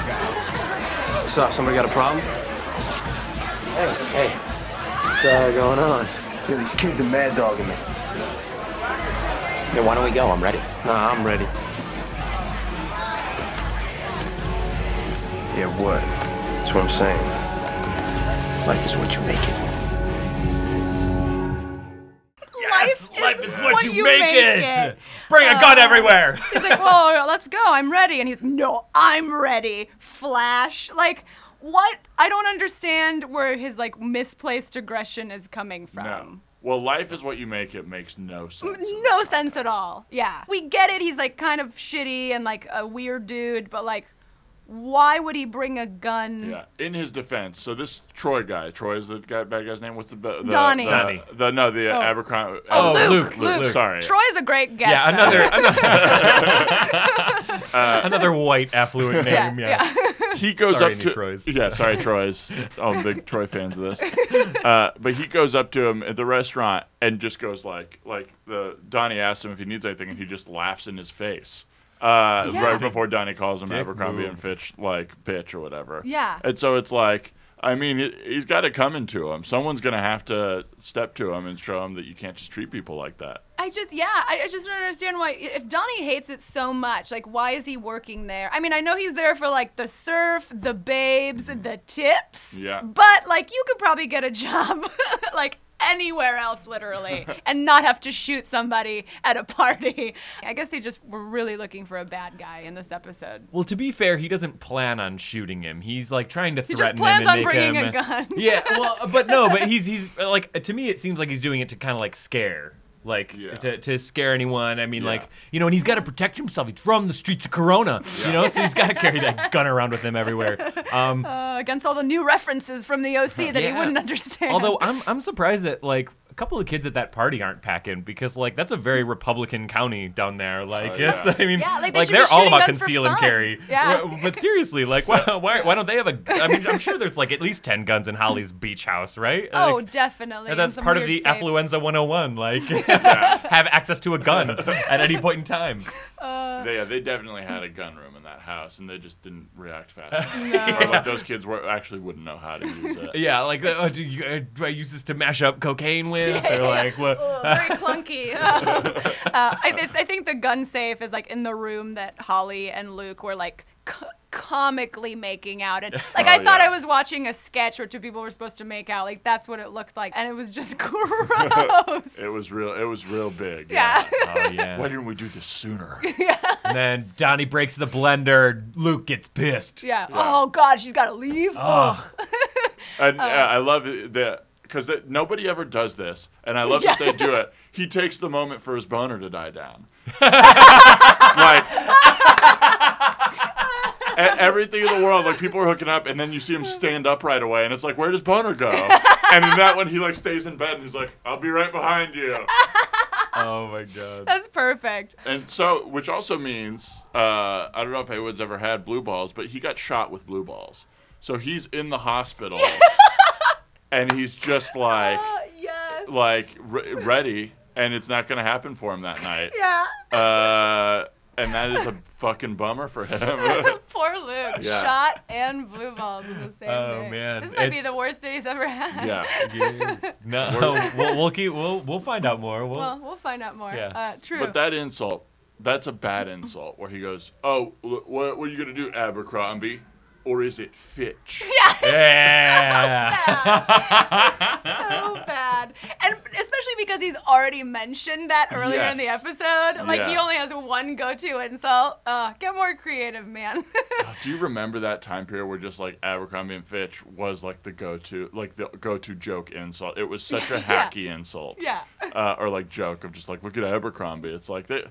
D: What's up? Somebody got a problem? Hey, hey. What's uh, going on? Yeah, these kids are mad dogging me. Yeah, why don't we go? I'm ready. Nah, I'm ready. Yeah, what? That's what I'm saying. Life is what you make it.
A: Yes,
B: Life is
A: life is what,
B: what
A: you,
B: you
A: make,
B: make
A: it.
B: it. Uh, Oh.
A: Bring a gun everywhere.
B: He's like, "Whoa, let's go! I'm ready." And he's, "No, I'm ready." Flash, like, what? I don't understand where his like misplaced aggression is coming
C: No.
B: from.
C: Well, life is what you make it makes no sense. in
B: No,
C: this
B: sense at all. Yeah, we get it. He's like kind of shitty and like a weird dude, but like, why would he bring a gun?
C: Yeah. In his defense, so this Troy guy, Troy is the guy, bad guy's name. What's the, ba- the
B: Donnie.
C: The,
A: Donnie.
C: the- no, the
B: Oh.
C: uh, Abercrombie.
A: Oh,
C: Abercrombie-
A: Luke, Luke.
C: Sorry.
B: Troy's a great guest.
A: yeah,
B: though.
A: another another, another white affluent name.
B: Uh, Yeah,
A: Yeah,
B: yeah.
C: he goes
A: Sorry,
C: up
A: any
C: to
A: Troys.
C: yeah sorry Troy's oh big Troy fans of this uh, but he goes up to him at the restaurant and just goes like like the Donnie asks him if he needs anything and he just laughs in his face uh,
B: Yeah.
C: right before Donnie calls him
A: Dick
C: Abercrombie
A: move.
C: and Fitch like bitch or whatever
B: Yeah.
C: and so it's like I mean he- he's got it coming to him someone's gonna have to step to him and show him that you can't just treat people like that
B: I just, yeah, I, I just don't understand why. If Donnie hates it so much, like, why is he working there? I mean, I know he's there for, like, the surf, the babes, the tips.
C: Yeah.
B: But, like, you could probably get a job, like, anywhere else, literally, and not have to shoot somebody at a party. I guess they just were really looking for a bad guy in this episode.
A: Well, to be fair, he doesn't plan on shooting him. He's like trying to
B: just
A: threaten him
B: plans
A: and
B: on
A: make
B: bringing
A: him.
B: a gun.
A: Yeah, well, but no, but he's he's uh, like to me, it seems like he's doing it to kind of like scare, like
C: Yeah.
A: to, to scare anyone. I mean,
C: Yeah.
A: like you know, and he's got to protect himself. He's from the streets of Corona, you know, so he's got to carry that gun around with him everywhere. Um,
B: Uh, against all the new references from the OC that he
A: Yeah.
B: wouldn't understand.
A: Although I'm I'm surprised that like a couple of kids at that party aren't packing because like that's a very Republican county down there. Like
C: Oh, yeah.
A: it's- I mean,
B: Yeah, like, they should be
A: are all
B: shooting
A: about
B: guns for
A: conceal and
B: fun.
A: carry.
B: Yeah.
A: Wh- But, seriously, like why, why why don't they have a? I mean, I'm sure there's like at least ten guns in Holly's beach house, right?
B: oh,
A: Like,
B: definitely. in
A: and that's
B: some
A: part of
B: weird
A: the
B: safe.
A: affluenza 101. Like, have access to a gun at any point in time.
B: Uh.
C: They, yeah, they definitely had a gun room in that house, and they just didn't react fast
B: No.
C: enough. or like those kids were actually wouldn't know how to use it.
A: Yeah, like, oh, do, you, uh, do I use this to mash up cocaine with? or like, what?
B: Oh, very clunky. uh, I, th- I think the gun safe is like in the room that Holly and Luke were like co- comically making out, and like I
C: Oh,
B: thought
C: yeah.
B: I was watching a sketch where two people were supposed to make out. Like that's what it looked like, and it was just gross.
C: It was real. It was real big.
B: yeah.
A: oh yeah.
C: Why didn't we do this sooner?
A: And then Donnie breaks the blender. Luke gets pissed.
B: yeah. Oh God, she's got to leave.
A: Ugh.
C: and uh, I love it that because nobody ever does this, and I love that they do it. He takes the moment for his boner to die down. like e- everything in the world, like people are hooking up, and then you see him stand up right away, and it's like, where does boner go? and in that one, he like stays in bed, and he's like, I'll be right behind you.
A: Oh my god.
B: That's perfect.
C: And so, which also means, uh, I don't know if Haywood's ever had blue balls, but he got shot with blue balls. So he's in the hospital, and he's just like,
B: Uh, yes.
C: like re- ready, and it's not gonna happen for him that night.
B: Yeah.
C: Uh, and that is a fucking bummer for him.
B: Poor Luke.
C: Yeah.
B: Shot and blue balls in the same
A: Oh,
B: day.
A: man,
B: This might be
A: it's-
B: the worst day he's ever had.
C: yeah.
A: No, we'll, we'll keep. We'll we'll find out more. We'll,
B: Well, we'll find out more.
A: Yeah.
B: Uh, true.
C: But that insult, that's a bad insult. Where he goes, "Oh, l- what, what are you gonna do, Abercrombie, or is it Fitch?"
A: yeah.
B: so bad. And especially because he's already mentioned that earlier in the
C: Yes.
B: episode. Like, he
C: Yeah.
B: only has one go to insult. Uh, get more creative, man.
C: Do you remember that time period where just like Abercrombie and Fitch was like the go-to, like the go-to joke insult? It was such a
B: Yeah.
C: hacky insult,
B: Yeah.
C: uh, or like joke of just like look at Abercrombie. It's like they,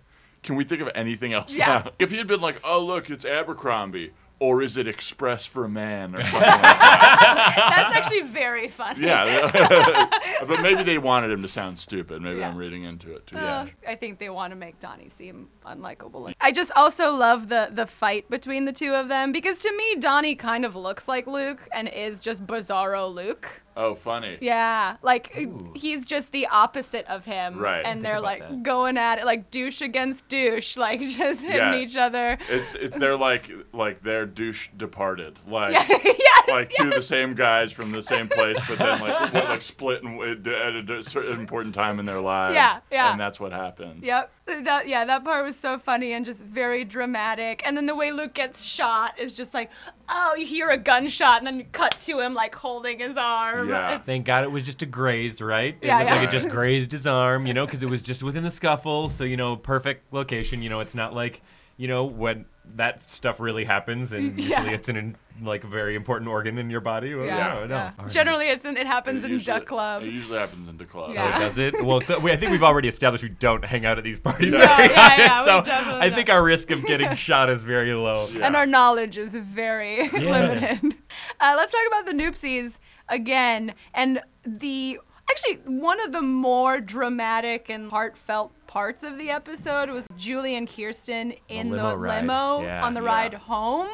C: can we think of anything else?
B: Yeah.
C: now? If he had been like, oh look, it's Abercrombie, or is it Express for Man or something? like that.
B: That's actually very funny.
C: Yeah. but maybe they wanted him to sound stupid. Maybe
B: Yeah.
C: I'm reading into it too
B: Uh,
C: much.
B: I think they want to make Donnie seem unlikable. I just also love the the fight between the two of them because to me Donnie kind of looks like Luke and is just bizarro Luke.
C: Oh, funny.
B: Yeah, like
A: Ooh.
B: he's just the opposite of him.
C: Right.
B: And
C: Think
B: they're
A: about
B: like
A: that.
B: going at it, like douche against douche, like just hitting
C: Yeah.
B: each other.
C: It's it's they're like like their douche departed like.
B: Yeah, yes.
C: like two of the same guys from the same place, but then like what, like split in, at a d- certain important time in their lives.
B: Yeah, yeah.
C: And that's what happens.
B: Yep. That yeah, that part was so funny and just very dramatic. And then the way Luke gets shot is just like, oh, you hear a gunshot, and then you cut to him like holding his arm.
C: Yeah.
B: It's-
A: Thank God it was just a graze, right? It
B: Yeah,
A: looked
B: yeah.
A: like it just grazed his arm, you know, because it was just within the scuffle. So you know, perfect location. You know, it's not like, you know, when that stuff really happens, and usually
B: Yeah.
A: it's an in, like very important organ in your body. Well,
B: Yeah,
A: no, no.
B: yeah.
A: All right.
B: Generally, it's in, it happens in
C: usually-
B: Duck Club.
C: It usually happens in the club.
B: Yeah.
A: Does it? Well, th- we, I think we've already established we don't hang out at these parties.
C: No.
A: very
B: Yeah,
A: often,
B: yeah, yeah, we
A: so
B: definitely
A: I think
B: don't.
A: our risk of getting shot is very low.
C: Yeah.
B: and our knowledge is very limited. Uh, let's talk about the Noopsies again and the actually one of the more dramatic and heartfelt parts of the episode was Julie and Kirsten in the
A: limo
B: limo,
A: ride. Yeah,
B: on the
A: yeah.
B: ride home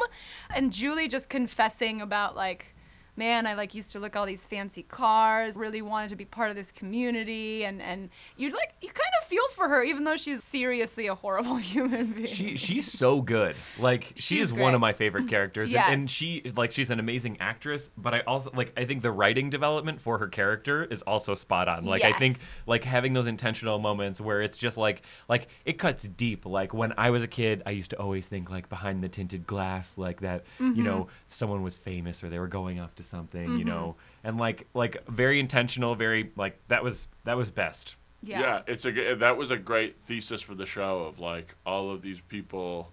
B: and Julie just confessing about like Man, I like used to look at all these fancy cars. Really wanted to be part of this community, and and you like you kind of feel for her, even though she's seriously a horrible human being.
A: She she's so good. Like she
B: She's
A: is one of
B: great.
A: my favorite characters,
B: Yes.
A: and, and she like she's an amazing actress. But I also like I think the writing development for her character is also spot on. Like I think
B: Yes.
A: like having those intentional moments where it's just like like it cuts deep. Like when I was a kid, I used to always think like behind the tinted glass, like that you
B: Mm-hmm.
A: know someone was famous or they were going off to something, you know,
B: Mm-hmm.
A: and like like very intentional, very like that was that was best.
C: Yeah. it's a g- that was a great thesis for the show of like all of these people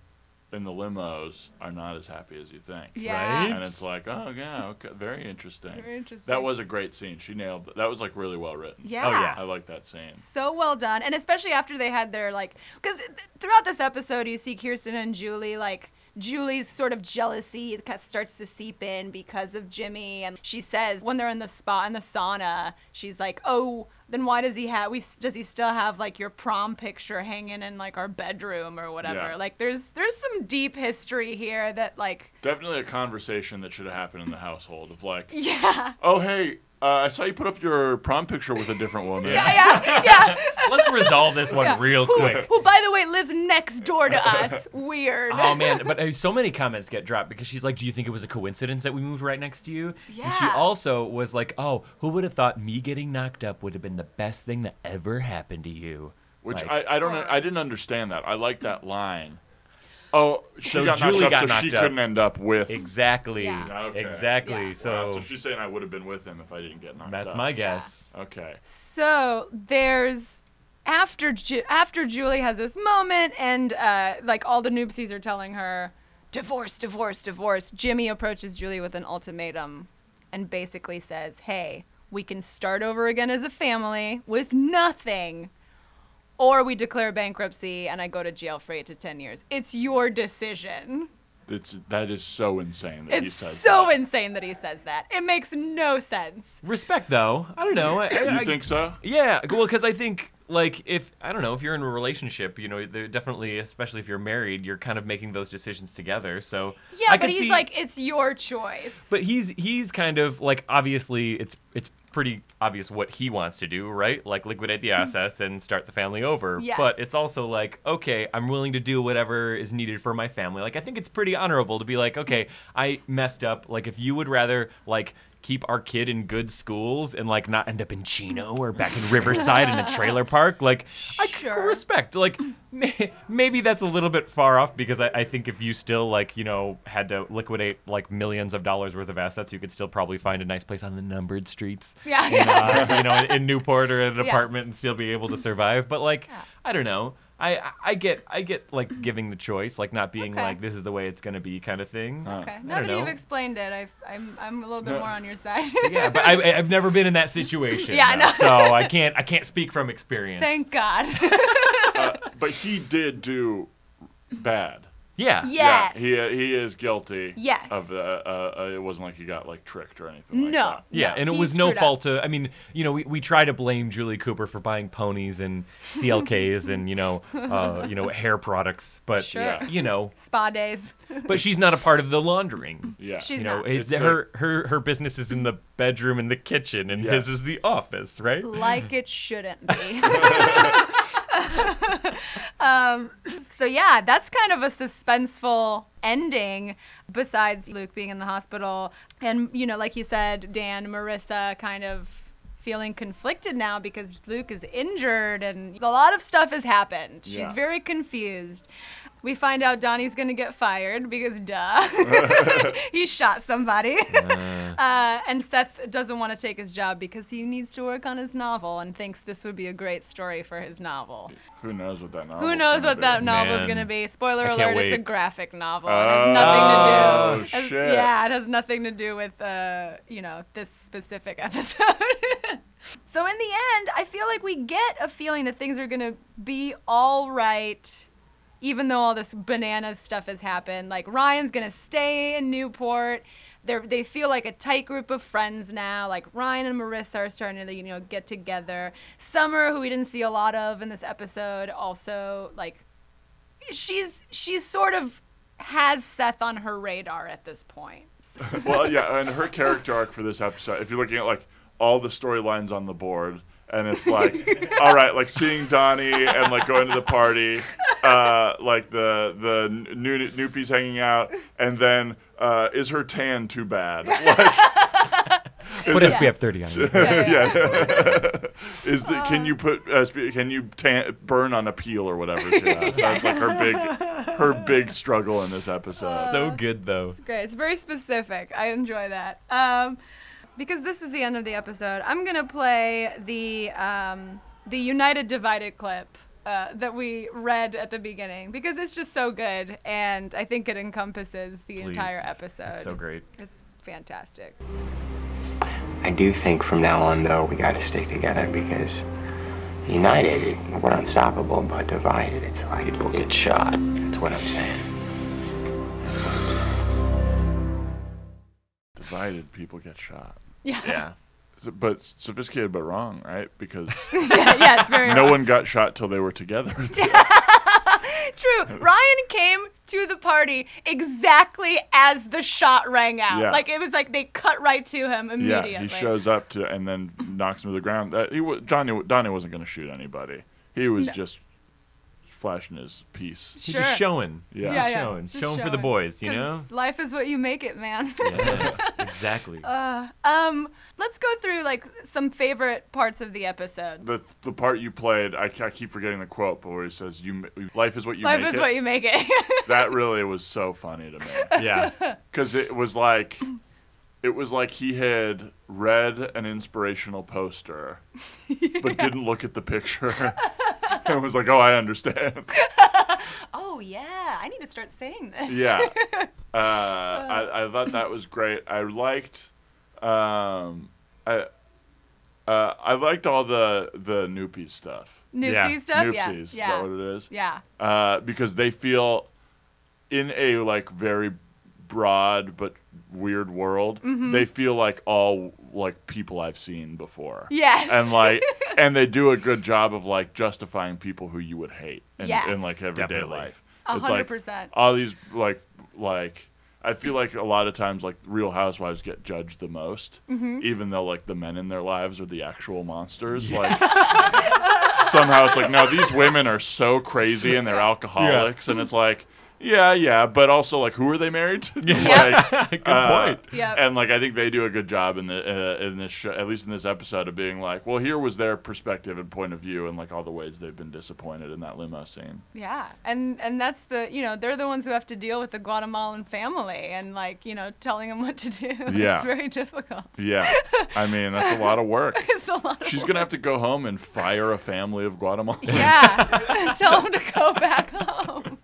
C: in the limos are not as happy as you think.
B: Yeah.
A: Right?
C: And it's like, oh yeah, okay, very interesting.
B: Very interesting.
C: That was a great scene. She nailed. That was like really well written.
B: Yeah.
A: yeah.
C: I like that scene.
B: So well done, and especially after they had their like, because throughout this episode you see Kirsten and Julie like. Julie's sort of jealousy ca- starts to seep in because of Jimmy, and she says when they're in the spa in the sauna, she's like, "Oh, then why does he have? We does he still have like your prom picture hanging in like our bedroom or whatever?
C: Yeah.
B: Like, there's there's some deep history here that like,
C: Definitely a conversation that should have happened in the household of like,
B: yeah,
C: oh hey, uh, I saw you put up your prom picture with a different woman.
B: yeah, yeah, yeah.
A: Let's resolve this one
B: yeah.
A: real
B: who,
A: quick.
B: Who, by the way, lives next door to us. Weird.
A: Oh man, but uh, so many comments get dropped because she's like, "Do you think it was a coincidence that we moved right next to you?" And she
B: Yeah.
A: also was like, "Oh, who would have thought me getting knocked up would have been the best thing that ever happened to you?"
C: Which
A: Like,
C: I, I don't
B: Or-
C: I didn't understand that. I like that line. Oh, she
A: So
C: got
A: Julie
C: knocked up,
A: got
C: so
A: knocked
C: she
A: up.
C: couldn't end up with.
A: exactly,
B: Yeah.
C: Okay.
A: exactly.
B: Yeah.
A: So,
C: Wow, so she's saying I would have been with him if I didn't get knocked
A: that's
C: up.
A: my guess.
C: Okay.
B: So there's after Ju- after Julie has this moment, and uh, like all the noobsies are telling her, divorce, divorce, divorce. Jimmy approaches Julie with an ultimatum, and basically says, "Hey, we can start over again as a family with nothing." Or we declare bankruptcy and I go to jail for eight to ten years. It's your decision.
C: It's that is so insane that he
B: It's
C: says
B: so
C: that.
B: insane that he says that. It makes no sense.
A: Respect, though. I don't know. I, I,
C: You
A: I-
C: think so?
A: Yeah, well, because I think like if I don't know if you're in a relationship, you know, they're definitely, especially if you're married, you're kind of making those decisions together. So
B: Yeah,
A: I
B: but
A: could
B: he's
A: see-
B: like, it's your choice.
A: But he's he's kind of like obviously it's it's pretty obvious what he wants to do, right? Like liquidate the assets and start the family over.
B: Yes.
A: But it's also like, okay, I'm willing to do whatever is needed for my family. Like I think it's pretty honorable to be like, okay, I messed up. Like if you would rather like keep our kid in good schools and like not end up in Chino or back in Riverside in a trailer park, like I c-
B: Sure.
A: respect. Like may- maybe that's a little bit far off because I, I think if you still like you know had to liquidate like millions of dollars worth of assets, you could still probably find a nice place on the numbered streets.
B: Yeah,
A: in,
B: yeah.
A: uh, you know, in, in Newport or in an
B: Yeah.
A: apartment and still be able to survive. But like,
B: Yeah.
A: I don't know. I, I- I get I get like giving the choice, like not being
B: Okay.
A: like this is the way it's gonna be kind of thing.
C: Uh,
B: okay,
C: I
B: now that
A: don't
B: you've
A: know.
B: explained it, I've, I'm I'm a little bit
C: No.
B: more on your side.
A: yeah, but I, I- I've never been in that situation.
B: Yeah, I
A: though,
B: know.
A: So I can't I can't speak from experience.
B: Thank God.
C: Uh, but he did do bad.
A: yeah.
B: yes.
C: Yeah, he he is guilty.
B: Yes.
C: Of the uh, uh, it wasn't like he got like tricked or anything. Like
B: no.
C: that.
A: Yeah,
B: no,
A: and it
B: he
A: was no
B: screwed up.
A: fault to. I mean, you know, we, we try to blame Julie Cooper for buying ponies and CLKs and you know, uh, you know, hair products, but
B: Sure.
C: Yeah.
A: you know,
B: Spa days.
A: but she's not a part of the laundering.
C: Yeah.
B: She's
A: you know,
B: not.
A: it's
C: It's
A: her her her business is in the bedroom and the kitchen, and
C: Yeah.
A: his is the office, right?
B: like it shouldn't be. um, so yeah, that's kind of a suspenseful ending. Besides Luke being in the hospital, and you know, like you said, Dan, Marissa, kind of feeling conflicted now because Luke is injured, and a lot of stuff has happened. She's
C: Yeah.
B: very confused. We find out Donnie's gonna get fired because duh, he shot somebody. Uh, and Seth doesn't want to take his job because he needs to work on his novel and thinks this would be a great story for his novel.
C: Who knows what that novel?
B: Who knows what that novel is
A: Man.
B: going to be? Spoiler
A: I can't
B: alert, it's a
A: wait.
B: graphic novel. it has nothing to do.
C: Oh,
B: has-
C: shit.
B: Yeah, it has nothing to do with, uh, you know, this specific episode. so in the end, I feel like we get a feeling that things are going to be all right even though all this bananas stuff has happened, like Ryan's gonna stay in Newport. They they feel like a tight group of friends now. Like Ryan and Marissa are starting to you know get together. Summer, who we didn't see a lot of in this episode, also like she's she's sort of has Seth on her radar at this point.
C: well, yeah, and her character arc for this episode, if you're looking at like all the storylines on the board, and it's like, all right, like seeing Donnie and like going to the party, uh, like the the new Noopies hanging out, and then uh, is her tan too bad? Like,
A: Put SPF 30 on it.
C: yeah, is the, can you put uh, sp- can you tan, burn on a peel or whatever? She has? That's like her big her big struggle in this episode.
A: so good though.
B: Great. It's very specific. I enjoy that. Um, because this is the end of the episode, I'm gonna play the um, the United Divided clip uh, that we read at the beginning because it's just so good, and I think it encompasses the entire
A: Please.
B: episode.
A: It's so great.
B: It's fantastic.
F: I do think from now on, though, we gotta stick together because united, we're unstoppable, but divided, it's like people get shot. That's what I'm saying. That's what I'm saying.
C: Divided people get shot,
B: Yeah.
A: Yeah.
C: but sophisticated but wrong, right? Because
B: yeah, yeah, it's very
C: no one got shot till they were together.
B: True. Ryan came to the party exactly as the shot rang out.
C: Yeah.
B: Like it was like they cut right to him
C: yeah,
B: immediately.
C: he shows up to and then knocks him to the ground. Uh, he wa- Johnny Donnie wasn't going to shoot anybody. He was just flashing his piece.
A: He's
B: Sure.
A: just showing. Just
C: Yeah. Yeah,
A: showing.
B: Just
A: showing for the
B: showing.
A: boys, you
B: 'Cause
A: know?
B: Life is what you make it, man.
A: Yeah, exactly.
B: Um, let's go through like some favorite parts of the episode.
C: The the part you played, I, ca- I keep forgetting the quote, but where he says, "You ma- life is what you
B: Life
C: make
B: is
C: it."
B: what you make it.
C: that really was so funny to me.
A: yeah.
C: because it was like it was like he had read an inspirational poster but didn't look at the picture and was like oh i understand
B: oh yeah, I need to start saying this.
C: yeah uh, I, I thought that was great i liked um, I, uh, I liked all the the noopies stuff
B: Noopsie
A: Yeah.
B: stuff.
C: noopsies
B: Yeah.
C: is
B: Yeah.
C: that what it is
B: yeah.
C: uh, because they feel in a like very broad but weird world
B: Mm-hmm.
C: they feel like all like people i've seen before
B: Yes.
C: and like and they do a good job of like justifying people who you would hate in,
B: Yes.
C: in like everyday
A: Definitely.
C: life
B: A
C: It's
B: hundred
C: like,
B: percent.
C: all these like like i feel like a lot of times like real housewives get judged the most even though like the men in their lives are the actual monsters like somehow it's like no these women are so crazy and they're alcoholics and it's like yeah yeah but also like who are they married to
B: Yeah.
C: like,
A: Good
C: uh,
A: point.
B: Yep.
C: And like I think they do a good job in the uh, in this show, at least in this episode of being like, well, here was their perspective and point of view, and like all the ways they've been disappointed in that limo scene.
B: Yeah, and and that's the you know they're the ones who have to deal with the Guatemalan family and like you know telling them what to do.
C: Yeah.
B: it's very difficult.
C: Yeah, I mean that's a lot of work.
B: It's a lot. of
C: She's gonna have to go home and fire a family of Guatemala.
B: yeah, tell them to go back home.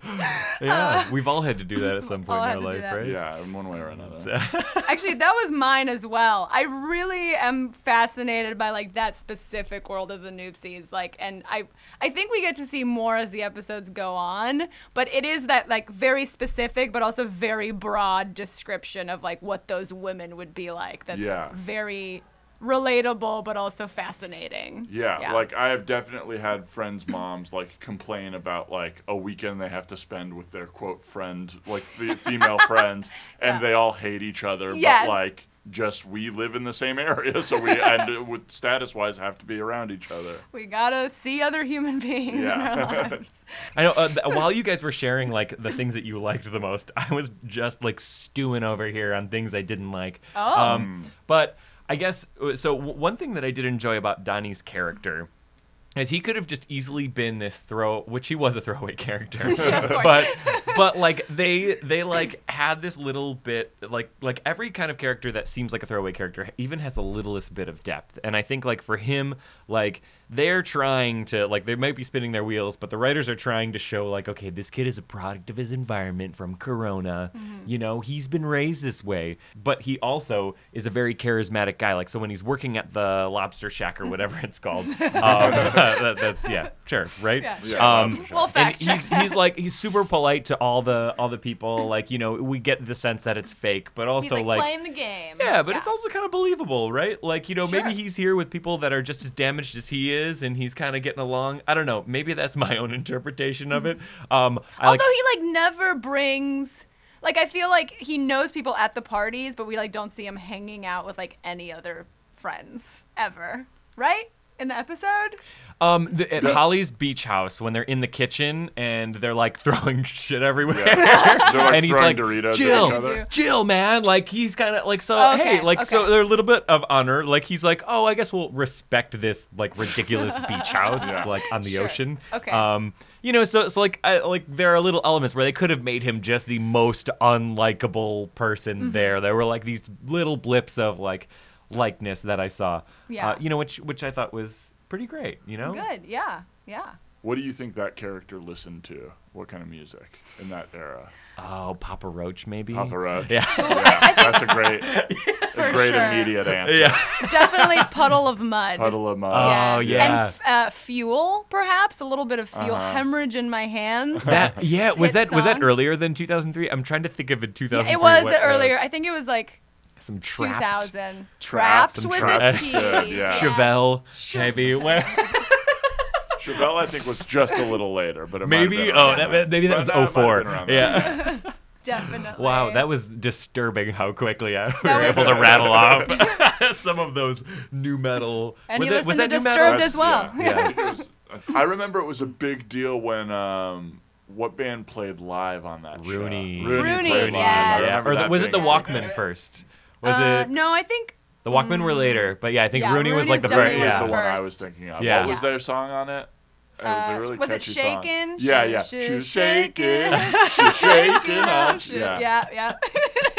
A: Yeah. We've all had to do that at some point
B: all
A: in
B: had
A: our
B: to
A: life,
B: do that.
A: right?
C: Yeah, in one way or another.
B: Actually, that was mine as well. I really am fascinated by like that specific world of the noobsies. Like, and I, I think we get to see more as the episodes go on. But it is that like very specific, but also very broad description of like what those women would be like. That's
C: Yeah.
B: very relatable, but also fascinating.
C: Yeah, like I have definitely had friends' moms like complain about like a weekend they have to spend with their quote friend, like f- female friends, and they all hate each other,
B: Yes.
C: but like just we live in the same area, so we and uh, with status wise have to be around each other.
B: we gotta see other human beings in
C: Yeah.
B: our lives.
A: I know. Uh, th- while you guys were sharing like the things that you liked the most, I was just like stewing over here on things I didn't like.
B: Oh.
A: Um, but I guess uh, so. W- one thing that I did enjoy about Donnie's character is he could have just easily been this throw, which he was a throwaway character.
B: of course.
A: but but like they they like had this little bit like like every kind of character that seems like a throwaway character even has the littlest bit of depth and i think like for him like they're trying to like they might be spinning their wheels but the writers are trying to show like okay this kid is a product of his environment from corona you know he's been raised this way but he also is a very charismatic guy like so when he's working at the lobster shack or whatever it's called um, that, that's yeah sure right
B: Yeah,
C: sure.
A: um
B: We'll
A: and
B: fact check
A: he's, he's like he's super polite to all the all the people like you know we get the sense that it's fake but also
G: He's like, playing the game.
A: yeah but it's also kind of believable right like you know maybe
B: Sure.
A: he's here with people that are just as damaged as he is and he's kind of getting along i don't know maybe that's my own interpretation of it um i like
B: Although he like never brings like I feel like he knows people at the parties, but we like don't see him hanging out with like any other friends ever, right? In the episode,
A: um the, at holly's beach house when they're in the kitchen and they're like throwing shit everywhere
C: They're like
A: and he's like
C: throwing Doritos at each
A: Jill,
C: other.
A: Jill, man, like he's kind of like so.
B: Oh, Okay,
A: hey, like so,
B: okay.
A: they're a little bit of honor. Like he's like, oh, I guess we'll respect this like ridiculous beach house
C: Yeah.
A: like on the
B: Sure.
A: ocean.
B: Okay.
A: Um, you know, so so like I, like there are little elements where they could have made him just the most unlikable person
B: Mm-hmm.
A: there. There were like these little blips of like likeness that I saw.
B: Yeah.
A: Uh, you know, which which I thought was pretty great. You know.
B: good, yeah, yeah.
C: What do you think that character listened to? What kind of music in that era?
A: Oh, Papa Roach, maybe.
C: Papa Roach.
A: Yeah.
C: Yeah, that's a great, a great
B: sure.
C: immediate answer.
A: Yeah.
B: Definitely puddle of mud.
C: Puddle of mud.
A: Yeah. Oh,
B: And
A: yeah.
B: f- uh, fuel, perhaps a little bit of fuel
C: Uh-huh.
B: hemorrhage in my hands.
A: That yeah was
B: hit
A: that was that
B: song.
A: earlier than 2003? I'm trying to think of in 2003.
B: it was
A: what, uh,
B: earlier. I think it was like
A: some trapped
B: 2000.
C: Trapped.
B: Trapped
A: Some
B: with
A: trapped.
B: a T.
C: Good, yeah.
A: Chevelle maybe when-
C: Chevelle, I think, was just a little later, but it might have
A: maybe
C: been
A: oh
C: around
A: that, maybe that
C: But
A: was
C: it might have
A: 04.
C: been around that.
A: Yeah.
B: Definitely.
A: Wow, that was disturbing how quickly I were
B: was-
A: able to rattle off some of those new metal.
B: And
A: was
B: he
A: that- was
B: listened
A: that
B: to
A: new metal?
B: Disturbed
C: That's-
B: as well.
C: yeah. I think it was- I remember it was a big deal when um, what band played live on that show?
A: Rooney.
C: Rooney,
B: Rooney,
C: played live.
A: Yeah,
B: yes.
C: I remember
A: or the-
C: that
A: was it
C: being
A: the
C: a-
A: Walkman first? Was
B: uh,
A: it
B: No, I think
A: the Walkman were later, but yeah, I think
B: Mm. Yeah,
A: Rooney, was
B: Rooney
A: like the
B: was
A: first.
C: Rooney
B: definitely
C: was
A: Yeah.
C: the one I
B: first.
C: was thinking of.
A: Yeah.
C: What was
B: Yeah.
C: their song on it? It was
B: Uh,
C: a really
B: was it
C: catchy
B: Shakin'?
C: song. Yeah,
B: Sh-
C: yeah.
B: sh-
C: She was shaking.
B: shakin'.
C: She's shaking. up.
B: Yeah,
C: Yeah.
B: yeah.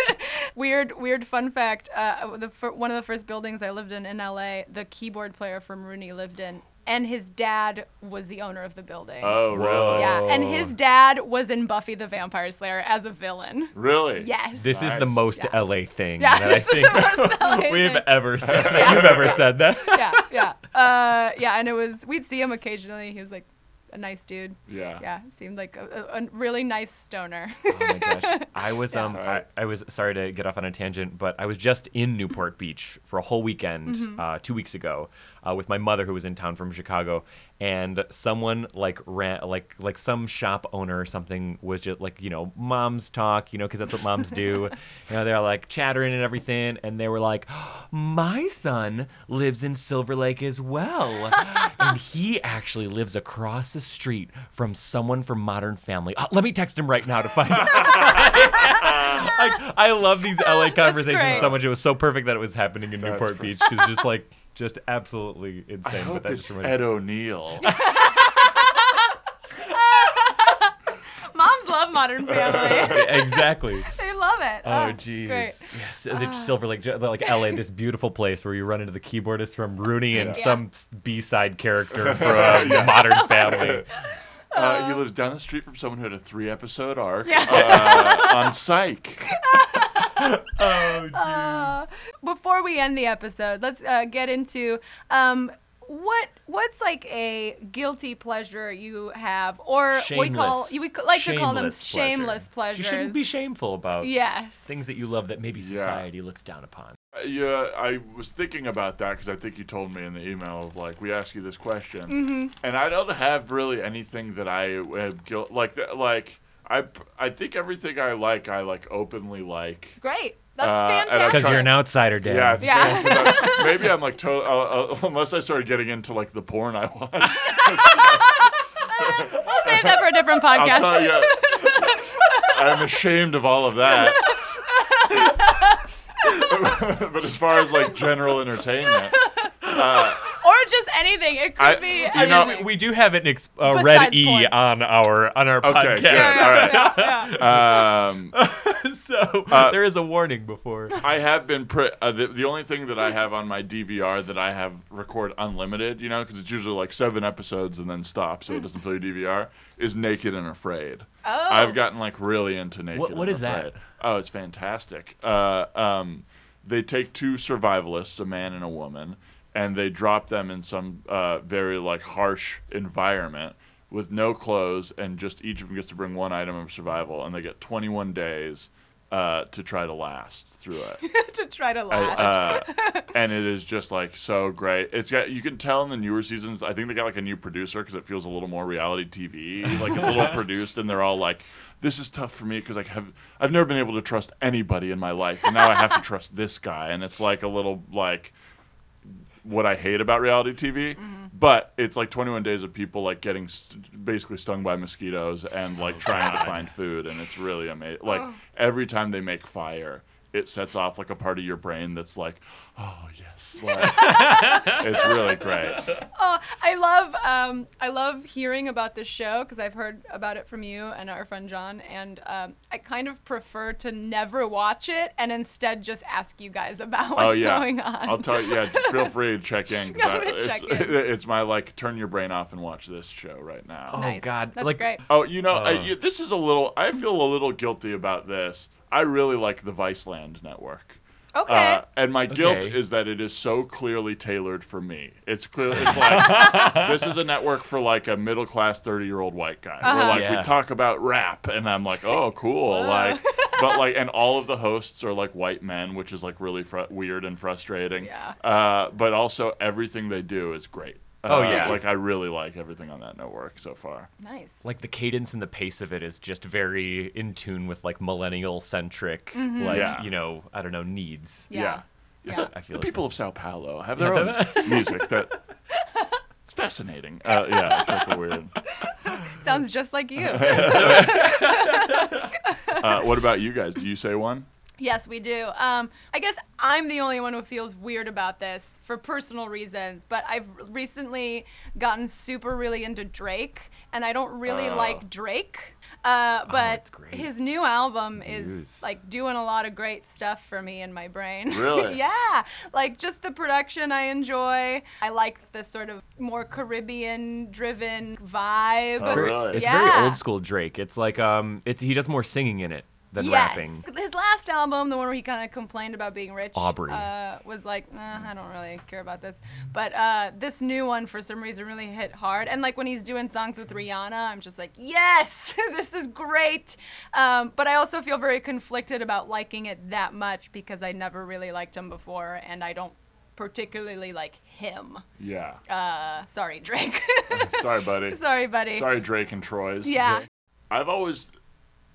B: weird, weird fun fact. Uh, the fir- one of the first buildings I lived in in LA, the keyboard player from Rooney lived in, and his dad was the owner of the building.
C: Oh, really?
B: Yeah, and
A: Oh.
B: his dad was in Buffy the Vampire Slayer as a villain.
C: Really?
B: Yes.
A: This is the
C: Nice.
A: most
B: Yeah.
A: LA thing
B: Yeah,
A: that I
B: this is the
A: think
B: most LA
A: we've
B: thing.
A: ever said. That you've ever said that.
B: yeah, yeah, uh, yeah. And it was we'd see him occasionally. He was like a nice dude.
C: Yeah.
B: Yeah, seemed like a, a, a really nice stoner.
A: Oh my gosh. I was um
C: All right.
A: I, I was sorry to get off on a tangent, but I was just in Newport Beach for a whole weekend uh, two weeks ago uh, with my mother who was in town from Chicago, and someone like ran like like some shop owner or something was just like you know moms talk you know because that's what moms do, you know they're like chattering and everything, and they were like, my son lives in Silver Lake as well, and he actually lives across the street from someone from Modern Family. Uh, let me text him right now to find out. I, I love these LA conversations
B: great.
A: so much. It was so perfect that it was happening in Newport Beach because just like just absolutely insane.
C: I
A: but
C: hope
A: that
C: it's
A: just
C: Ed
A: reminds-
C: O'Neill. Uh,
B: Moms love Modern Family.
A: exactly.
B: they love it.
A: Oh
B: Ah, it's
A: jeez.
B: great. Ah.
A: Yes, the Silver Lake, like LA, this beautiful place where you run into the keyboardist from Rooney and
B: Yeah.
A: some B-side character from Modern Family.
C: Uh, he lives down the street from someone who had a three episode arc
B: Uh-huh. Yeah.
C: uh, on Psych.
A: Oh jeez.
B: Uh, before we end the episode, let's uh, get into um, what what's like a guilty pleasure you have, or we call
A: Shameless-
B: you would like to call them
A: shameless pleasure.
B: shameless pleasures.
A: You shouldn't be shameful about
B: Yes.
A: things that you love that maybe
C: Yeah.
A: society looks down upon.
C: Uh, Yeah, I was thinking about that because I think you told me in the email of like we asked you this question,
B: Mm-hmm.
C: and I don't have really anything that I have guilt like that. Like I, p- I think everything I like, I like openly like.
B: Great. That's
C: Uh, and I'm
B: fantastic.
A: Because
C: Sorry.
A: you're an outsider, Dan.
C: Yeah, it's
B: Yeah.
C: bad, 'cause I- maybe I'm like to- uh, uh, unless I started getting into like the porn I watch.
B: We'll save that for a different podcast.
C: I'll tell you, I'm ashamed of all of that. but as far as like general entertainment, uh,
B: or just anything. It could
C: I-
B: be.
C: you
A: I
B: anything.
A: mean, we, we do have an ex- uh,
B: Besides
A: red E
B: porn.
A: on our on our
C: Okay, good,
B: yeah,
C: all
A: podcast.
C: right.
B: yeah, yeah, yeah.
C: Um,
A: so
C: Uh,
A: there is a warning before.
C: I have been pre- uh, the, the only thing that I have on my DVR that I have record unlimited, you know, because it's usually like seven episodes and then stop, so it doesn't play DVR. Is Naked and Afraid.
B: Mm. Oh.
C: I've gotten like really into Naked.
A: What- what
C: and
A: is that?
C: Afraid. Oh, it's fantastic. Uh, um, they take two survivalists, a man and a woman, and they drop them in some uh, very like harsh environment with no clothes, and just each of them gets to bring one item of survival, and they get 21 days uh, to try to last through it.
B: to try to
C: I,
B: last.
C: uh, and it is just like so great. It's got you can tell in the newer seasons. I think they got like a new producer because it feels a little more reality TV. Like it's a little produced, and they're all like, "This is tough for me because I have I've never been able to trust anybody in my life, and now I have to trust this guy." And it's like a little like what I hate about reality TV. But it's like 21 days of people like getting st- basically stung by mosquitoes and like trying to find food, and it's really amazing. Like every time they make fire, it sets off like a part of your brain that's like, oh yes, like, it's really great.
B: Oh, I love um, I love hearing about this show because I've heard about it from you and our friend John, and um, I kind of prefer to never watch it and instead just ask you guys about what's
C: oh yeah,
B: going on.
C: I'll tell you. Yeah, feel free to check in. 'cause
B: I'm
C: I-
B: gonna
C: it's,
B: check in.
C: it's my like turn your brain off and watch this show right now.
A: Oh,
B: nice.
A: God,
B: that's
A: like-
B: great.
C: Oh, you know, I,
A: Uh.
C: you- this is a little. I feel a little guilty about this. I really like the Viceland network.
B: Okay,
C: Uh, and my guilt
A: Okay.
C: is that it is so clearly tailored for me. It's clear. It's like this is a network for like a middle class thirty year old white guy. Where
B: Uh-huh.
C: like
A: Yeah.
C: we talk about rap, and I'm like, oh, cool. Like, but like, and all of the hosts are like white men, which is like really fr- weird and frustrating.
B: Yeah.
C: Uh, but also everything they do is great.
A: Oh,
C: Uh,
A: yeah.
C: Like I really like everything on that network so far.
B: nice.
A: Like the cadence and the pace of it is just very in tune with like millennial centric, like
C: Yeah.
A: you know, I don't know, needs.
B: Mm-hmm. yeah.
C: yeah.
B: Yeah.
A: I feel
C: the
A: it's
C: people of Sao Paulo have their own music that it's fascinating. Uh, yeah, it's like a weird.
B: Sounds just like you.
C: Uh, what about you guys? Do you say one?
B: Yes, we do. Um, I guess I'm the only one who feels weird about this for personal reasons, but I've recently gotten super really into Drake, and I don't really
C: Oh.
B: like Drake. Uh, but
A: it's great.
B: his new album is
A: Muse.
B: like doing a lot of great stuff for me in my brain.
C: Really?
B: yeah. Like just the production I enjoy. I like the sort of more Caribbean driven vibe.
C: Oh,
A: very,
C: really?
A: it's
B: Yeah.
A: very old school Drake. It's like um, it's he does more singing in it than rapping.
B: His last album, the one where he kind of complained about being rich,
A: Aubrey.
B: uh, was like, nah, I don't really care about this. But uh, this new one, for some reason, really hit hard. And like when he's doing songs with Rihanna, I'm just like, yes, this is great. Um, but I also feel very conflicted about liking it that much because I never really liked him before, and I don't particularly like him.
C: Yeah.
B: Uh, sorry, Drake.
C: Sorry, buddy.
B: sorry, buddy.
C: Sorry, Drake and Troy's.
B: Yeah.
C: I've always,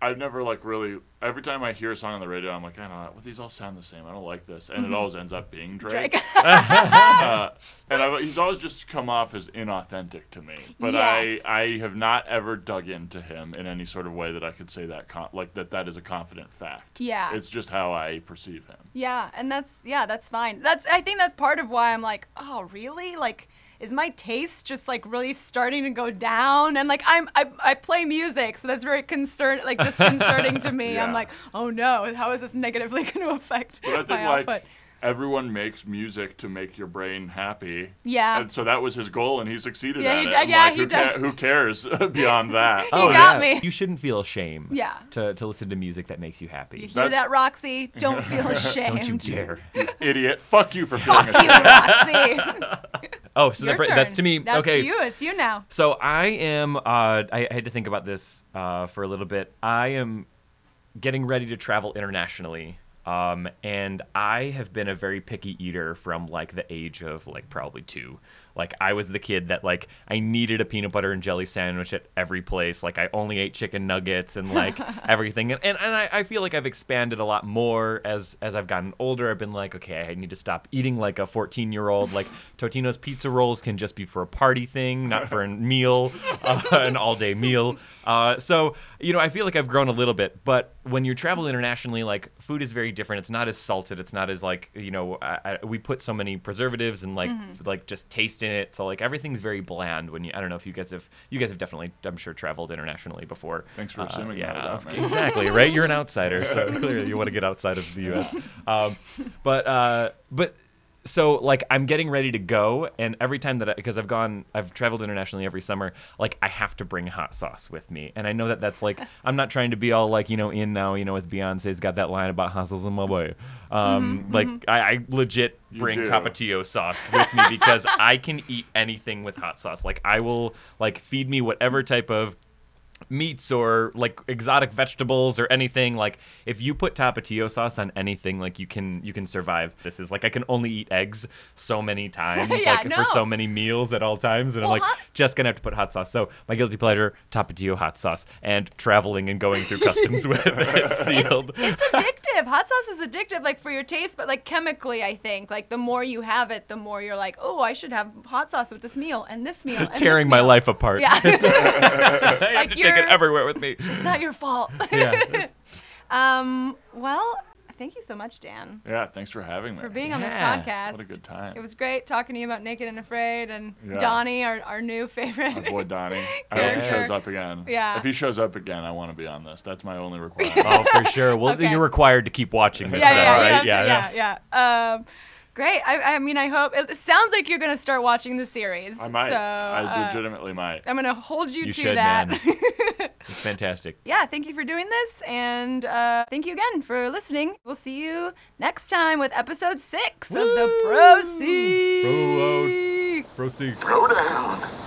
C: I've never like really. Every time I hear a song on the radio, I'm like, I don't know, well, these all sound the same. I don't like this, and it always ends up being Drake.
B: Mm-hmm. Drake.
C: uh, and I've, he's always just come off as inauthentic to me. But
B: Yes.
C: I, I have not ever dug into him in any sort of way that I could say that con- like that that is a confident fact.
B: Yeah.
C: it's just how I perceive him.
B: Yeah, and that's yeah, that's fine. That's I think that's part of why I'm like, oh, really? Like is my taste just like really starting to go down? And like I'm I, I play music, so that's very concern like disconcerting to me.
C: Yeah.
B: I'm like, oh no, how is this negatively going to affect
C: But I think
B: my
C: like
B: output?
C: everyone makes music to make your brain happy.
B: Yeah.
C: And so that was his goal, and he succeeded
B: Yeah,
C: at
B: he
C: it.
B: d-
C: I'm
B: yeah,
C: like,
B: he
C: who, ca-
B: def-
C: who cares beyond that?
B: Oh, got me.
A: You shouldn't feel ashamed.
B: Yeah.
A: To, to listen to music that makes you happy.
B: you hear
C: that's-
B: that, Roxy? Don't feel ashamed.
A: Don't you dare.
C: Idiot! Fuck you for feeling
B: You,
C: ashamed.
B: Roxy.
A: Oh, so
B: Your
A: that-
B: turn.
A: that's to me.
B: That's
A: okay.
B: you. It's you now.
A: So I am. Uh, I, I had to think about this uh, for a little bit. I am getting ready to travel internationally, um, and I have been a very picky eater from like the age of like probably two. Like I was the kid that like I needed a peanut butter and jelly sandwich at every place. Like I only ate chicken nuggets and like everything. And and, and I, I feel like I've expanded a lot more as as I've gotten older. I've been like, okay, I need to stop eating like a 14 year old. Like Totino's pizza rolls can just be for a party thing, not for a meal, uh, an all day meal. Uh, so you know, I feel like I've grown a little bit. But when you travel internationally, like food is very different. It's not as salted. It's not as like you know I, I, we put so many preservatives and like like just taste in it. So like everything's very bland. When you I don't know if you guys have you guys have definitely I'm sure traveled internationally before. Uh,
C: Thanks for assuming that about me.
A: exactly right. You're an outsider, so clearly you want to get outside of the U.S. Um, but uh, but so like I'm getting ready to go, and every time that because I've gone, I've traveled internationally every summer. Like I have to bring hot sauce with me, and I know that that's like I'm not trying to be all like you know in now you know with Beyonce's got that line about hot sauce in my way. Um, like I, I legit
C: You
A: bring
C: do.
A: tapatio sauce with me because I can eat anything with hot sauce. Like I will like feed me whatever type of meats or like exotic vegetables or anything like if you put tapatio sauce on anything like you can you can survive this is like i can only eat eggs so many times
B: Yeah,
A: like
B: no.
A: for so many meals at all times and i'm
B: Well,
A: like
B: hot-
A: just gonna have to put hot sauce so my guilty pleasure tapatio hot sauce and traveling and going through customs with it sealed
B: It's addictive. Hot sauce is addictive, like for your taste, but like chemically, I think. Like the more you have it, the more you're like, oh, I should have hot sauce with this meal and this meal. And this
A: tearing my
B: meal."
A: life apart
B: Yeah. it's
A: i have
B: Like
A: to take it
B: you're-
A: everywhere with me
B: not your fault.
A: yeah
B: um, well, thank you so much, Dan,
C: Yeah, thanks for having me.
B: for being on
A: Yeah.
B: this podcast.
C: what a good time.
B: It was great talking to you about Naked and Afraid and
C: Yeah.
B: Donnie, our, our new favorite.
C: My boy Donnie. I hope he
A: Character.
C: shows up again.
B: Yeah.
C: If he shows up again, I want to be on this. That's my only requirement.
A: oh for sure well
B: Okay.
A: you're required to keep watching this
B: yeah,
A: now,
B: yeah,
A: right
B: yeah, yeah, yeah, yeah. Um, great. I, I mean, I hope it, it sounds like you're gonna start watching the series.
C: I might.
B: So,
C: I
B: uh,
C: legitimately might.
B: I'm gonna hold you,
A: You
B: to
A: should,
B: that.
A: it's fantastic
B: yeah, thank you for doing this, and uh, thank you again for listening. We'll see you next time with episode six of the Pro
A: Woo!
B: Seek.
A: Proceed.
E: Throw down.